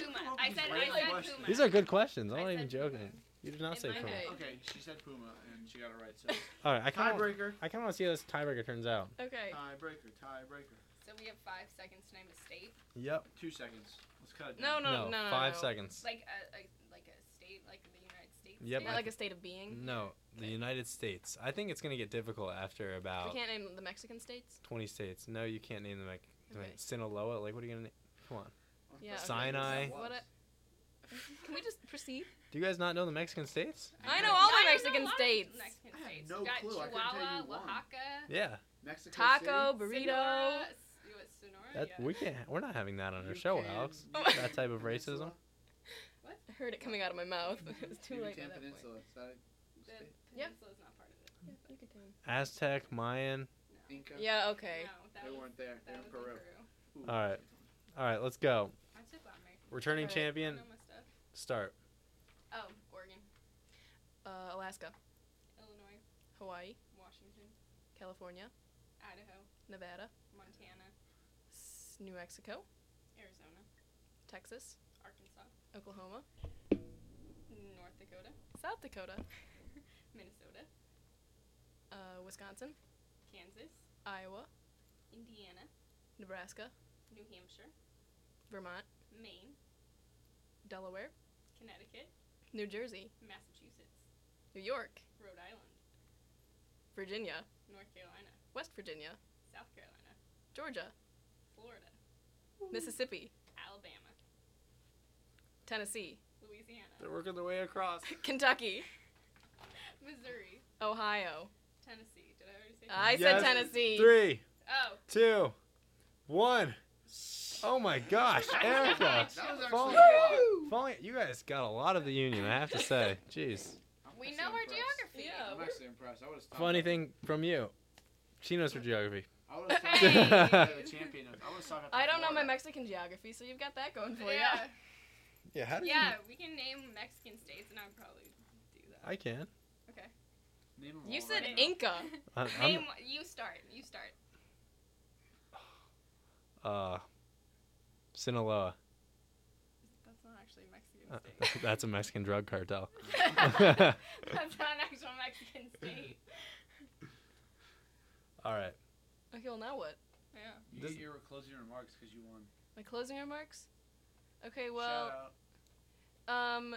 Speaker 3: Puma.
Speaker 5: Come up
Speaker 3: I
Speaker 5: with
Speaker 3: said, I
Speaker 5: these random
Speaker 3: said
Speaker 5: questions.
Speaker 3: Puma.
Speaker 2: These are good questions. I'm
Speaker 3: I
Speaker 2: not
Speaker 3: said
Speaker 2: even joking.
Speaker 3: Puma.
Speaker 2: You did not
Speaker 3: In
Speaker 2: say
Speaker 3: my
Speaker 2: Puma.
Speaker 4: head. Oh.
Speaker 5: Okay, she said Puma, and she got it right. So
Speaker 2: All right. I kind of
Speaker 5: tiebreaker.
Speaker 2: I kind of want to see how this tiebreaker turns out.
Speaker 4: Okay.
Speaker 5: Tiebreaker. Tiebreaker.
Speaker 3: So we have five seconds to name a state.
Speaker 2: Yep.
Speaker 5: Two seconds. Let's cut it.
Speaker 4: No, no, no,
Speaker 5: down.
Speaker 4: no. no
Speaker 2: five
Speaker 4: no.
Speaker 2: seconds.
Speaker 3: Like a, a like a state, like the United States.
Speaker 2: Yep,
Speaker 4: Not
Speaker 3: state?
Speaker 2: I
Speaker 3: [LAUGHS]
Speaker 4: like a state of being.
Speaker 2: No, the United States. I think it's gonna get difficult after
Speaker 4: We
Speaker 2: about
Speaker 4: can't name the Mexican states.
Speaker 2: 20 states. No, you can't name them like
Speaker 4: Okay.
Speaker 2: Sinaloa. Like, what are you gonna name? Come on.
Speaker 4: Yeah, okay.
Speaker 2: Sinai.
Speaker 4: What a- Can we just proceed?
Speaker 2: Do you guys not know the Mexican
Speaker 4: [LAUGHS]
Speaker 2: states?
Speaker 4: I know
Speaker 3: Yeah,
Speaker 4: all the
Speaker 3: I know
Speaker 4: Mexican
Speaker 3: a lot of
Speaker 4: states.
Speaker 3: Mexican
Speaker 5: I have
Speaker 3: states.
Speaker 5: no
Speaker 3: We got
Speaker 5: clue. I couldn't
Speaker 3: Chihuahua,
Speaker 5: tell you one.
Speaker 3: Oaxaca,
Speaker 2: Yeah.
Speaker 5: Mexico
Speaker 4: Taco,
Speaker 5: City?
Speaker 4: burrito.
Speaker 3: Sonora, S- you at Sonora?
Speaker 2: That,
Speaker 3: Yeah.
Speaker 2: We can't. We're not having that on our
Speaker 5: You
Speaker 2: show,
Speaker 5: can-
Speaker 2: Alex.
Speaker 5: you
Speaker 4: That
Speaker 5: can-
Speaker 2: type of
Speaker 5: [LAUGHS] Peninsula.
Speaker 2: racism.
Speaker 4: I heard it coming out of my mouth. [LAUGHS] It was too
Speaker 5: Yucatan
Speaker 4: late at that point.
Speaker 5: Peninsula. Is that a
Speaker 3: The
Speaker 5: state?
Speaker 4: Yep.
Speaker 3: peninsula is not part of it.
Speaker 4: Yeah, Yucatan.
Speaker 2: Aztec, Mayan.
Speaker 3: No.
Speaker 5: Inca?
Speaker 4: Yeah, okay.
Speaker 3: No, that
Speaker 5: They
Speaker 3: was,
Speaker 5: weren't there.
Speaker 3: that
Speaker 5: They're in
Speaker 3: was
Speaker 5: Peru. Ooh.
Speaker 2: All right. All right, let's go.
Speaker 3: I took Latin America.
Speaker 2: Returning
Speaker 4: All right.
Speaker 3: I
Speaker 2: champion,
Speaker 3: know my stuff.
Speaker 2: start.
Speaker 3: Oh, Oregon,
Speaker 4: Uh, Alaska,
Speaker 3: Illinois,
Speaker 4: Hawaii,
Speaker 3: Washington,
Speaker 4: California,
Speaker 3: Idaho,
Speaker 4: Nevada,
Speaker 3: Montana,
Speaker 4: S- New Mexico,
Speaker 3: Arizona,
Speaker 4: Texas,
Speaker 3: Arkansas,
Speaker 4: Oklahoma,
Speaker 3: North Dakota, [LAUGHS]
Speaker 4: South Dakota,
Speaker 3: Minnesota,
Speaker 4: uh, Wisconsin,
Speaker 3: Kansas,
Speaker 4: Iowa,
Speaker 3: Indiana,
Speaker 4: Nebraska,
Speaker 3: New Hampshire,
Speaker 4: Vermont,
Speaker 3: Maine,
Speaker 4: Delaware,
Speaker 3: Connecticut,
Speaker 4: New Jersey,
Speaker 3: Massachusetts,
Speaker 4: New York,
Speaker 3: Rhode Island,
Speaker 4: Virginia,
Speaker 3: North Carolina,
Speaker 4: West Virginia,
Speaker 3: South Carolina,
Speaker 4: Georgia,
Speaker 3: Florida,
Speaker 4: Mississippi,
Speaker 3: Alabama,
Speaker 4: Tennessee, [LAUGHS]
Speaker 3: Louisiana,
Speaker 2: They're working their way across.
Speaker 4: Kentucky,
Speaker 3: Missouri,
Speaker 4: Ohio.
Speaker 3: Tennessee. Did I already say
Speaker 4: I
Speaker 2: Yes.
Speaker 4: said Tennessee.
Speaker 2: Three,
Speaker 3: Oh,
Speaker 2: two, one. Oh my gosh,
Speaker 3: [LAUGHS]
Speaker 2: Erica.
Speaker 5: That was
Speaker 2: Fall-
Speaker 5: actually a lot.
Speaker 2: Falling, you guys got a lot of the union, I have to say. Jeez.
Speaker 5: I'm
Speaker 3: we
Speaker 5: actually
Speaker 3: know our
Speaker 5: impressed.
Speaker 3: geography.
Speaker 4: Yeah.
Speaker 5: I'm actually impressed. I would have stopped.
Speaker 2: Funny
Speaker 5: at-
Speaker 2: thing from you. She knows her geography.
Speaker 5: I would have
Speaker 2: [LAUGHS]
Speaker 5: stopped. at
Speaker 2: Hey.
Speaker 5: the champion. of- I would have stopped. at the
Speaker 4: I don't know my
Speaker 5: Florida.
Speaker 4: Mexican geography, so you've got that going for
Speaker 3: yeah.
Speaker 4: you.
Speaker 2: Yeah, how
Speaker 3: Yeah, we can name Mexican states, and I'd probably do that. [LAUGHS]
Speaker 2: I can.
Speaker 5: Name
Speaker 4: [LAUGHS]
Speaker 5: 'em
Speaker 4: You
Speaker 5: all
Speaker 4: said
Speaker 5: right now.
Speaker 4: Inca.
Speaker 2: I'm,
Speaker 3: name. one- You start. You start.
Speaker 2: I'm uh, Sinaloa.
Speaker 3: That's not actually a Mexican
Speaker 2: Uh, [LAUGHS]
Speaker 3: state.
Speaker 2: that's a Mexican drug cartel.
Speaker 3: [LAUGHS]
Speaker 2: [LAUGHS]
Speaker 3: That's not an actual Mexican state.
Speaker 2: All right.
Speaker 4: Okay, well now what?
Speaker 3: Yeah.
Speaker 5: You
Speaker 2: This-
Speaker 5: get your closing remarks because you won.
Speaker 4: My closing remarks? Okay,
Speaker 5: Shout
Speaker 4: well,
Speaker 5: out.
Speaker 4: um,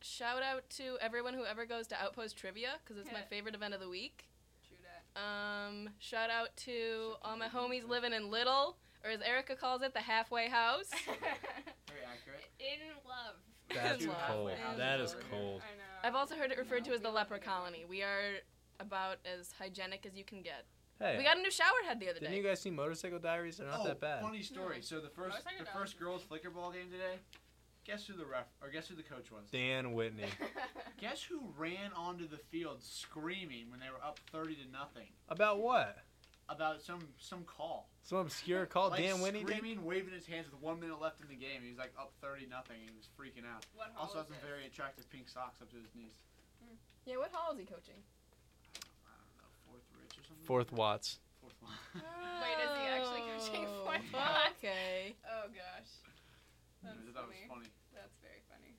Speaker 4: shout out to everyone who ever goes to Outpost Trivia because it's my
Speaker 3: Yeah.
Speaker 4: favorite event of the week.
Speaker 3: True that.
Speaker 4: Um, shout out to all my
Speaker 5: Something to
Speaker 4: homies
Speaker 5: do with it.
Speaker 4: living in Little, or as Erica calls it, the halfway house.
Speaker 5: Very accurate.
Speaker 3: [LAUGHS] In love.
Speaker 2: That's
Speaker 4: In love.
Speaker 2: cold.
Speaker 4: In
Speaker 2: Oh, That
Speaker 4: love.
Speaker 2: is cold.
Speaker 3: I know.
Speaker 4: I've also heard it referred
Speaker 5: No,
Speaker 4: to as the
Speaker 3: we
Speaker 4: leper
Speaker 3: love it.
Speaker 2: [LAUGHS]
Speaker 4: colony. We are about as hygienic as you can get.
Speaker 2: Hey,
Speaker 4: We got a new shower head the other
Speaker 2: didn't
Speaker 4: day.
Speaker 2: you guys see Motorcycle Diaries? They're not
Speaker 5: oh,
Speaker 2: that bad.
Speaker 5: funny story. So the first
Speaker 3: Motorcycle
Speaker 5: the
Speaker 3: Diaries
Speaker 5: first
Speaker 3: is
Speaker 5: girls
Speaker 3: good.
Speaker 5: flicker ball game today. Guess who the ref or guess who the coach was?
Speaker 2: Dan Whitney.
Speaker 5: Guess who ran onto the field screaming when they were up thirty to nothing
Speaker 2: About what?
Speaker 5: about some some call.
Speaker 2: Some
Speaker 5: [LAUGHS]
Speaker 2: obscure call.
Speaker 5: like
Speaker 2: Oh, Dan Whitney did?
Speaker 5: screaming, waving his hands with one minute left in the game. He was like up thirty nothing. He was freaking out.
Speaker 3: [LAUGHS] What hall is
Speaker 5: Also has some
Speaker 3: this?
Speaker 5: very attractive pink socks up to his knees.
Speaker 4: Yeah, what hall is he coaching?
Speaker 5: I don't know, fourth rich or something.
Speaker 2: Fourth Watts.
Speaker 5: Fourth one.
Speaker 3: Wait, is he actually coaching
Speaker 4: [LAUGHS] Oh,
Speaker 3: fourth watch?
Speaker 4: Okay.
Speaker 3: Oh gosh.
Speaker 5: I
Speaker 3: That's
Speaker 5: thought [LAUGHS] that was
Speaker 3: funny.
Speaker 5: funny.
Speaker 3: That's very funny.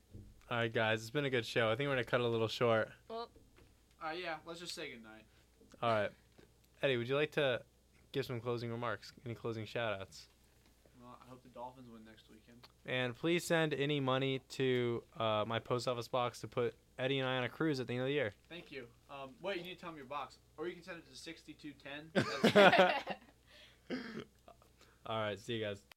Speaker 2: All right, guys, it's been a good show. I think we're gonna cut a little short.
Speaker 5: I Uh, yeah, let's just say goodnight.
Speaker 2: All right. Eddie, would you like to give some closing remarks? Any closing shout outs?
Speaker 5: Well, I hope the Dolphins win next weekend.
Speaker 2: And please send any money to uh, my post office box to put Eddie and I on a cruise at the end of the year.
Speaker 5: Thank you. Um, wait, you need to tell me your box, or you can send it to sixty-two ten.
Speaker 2: All right. See you guys.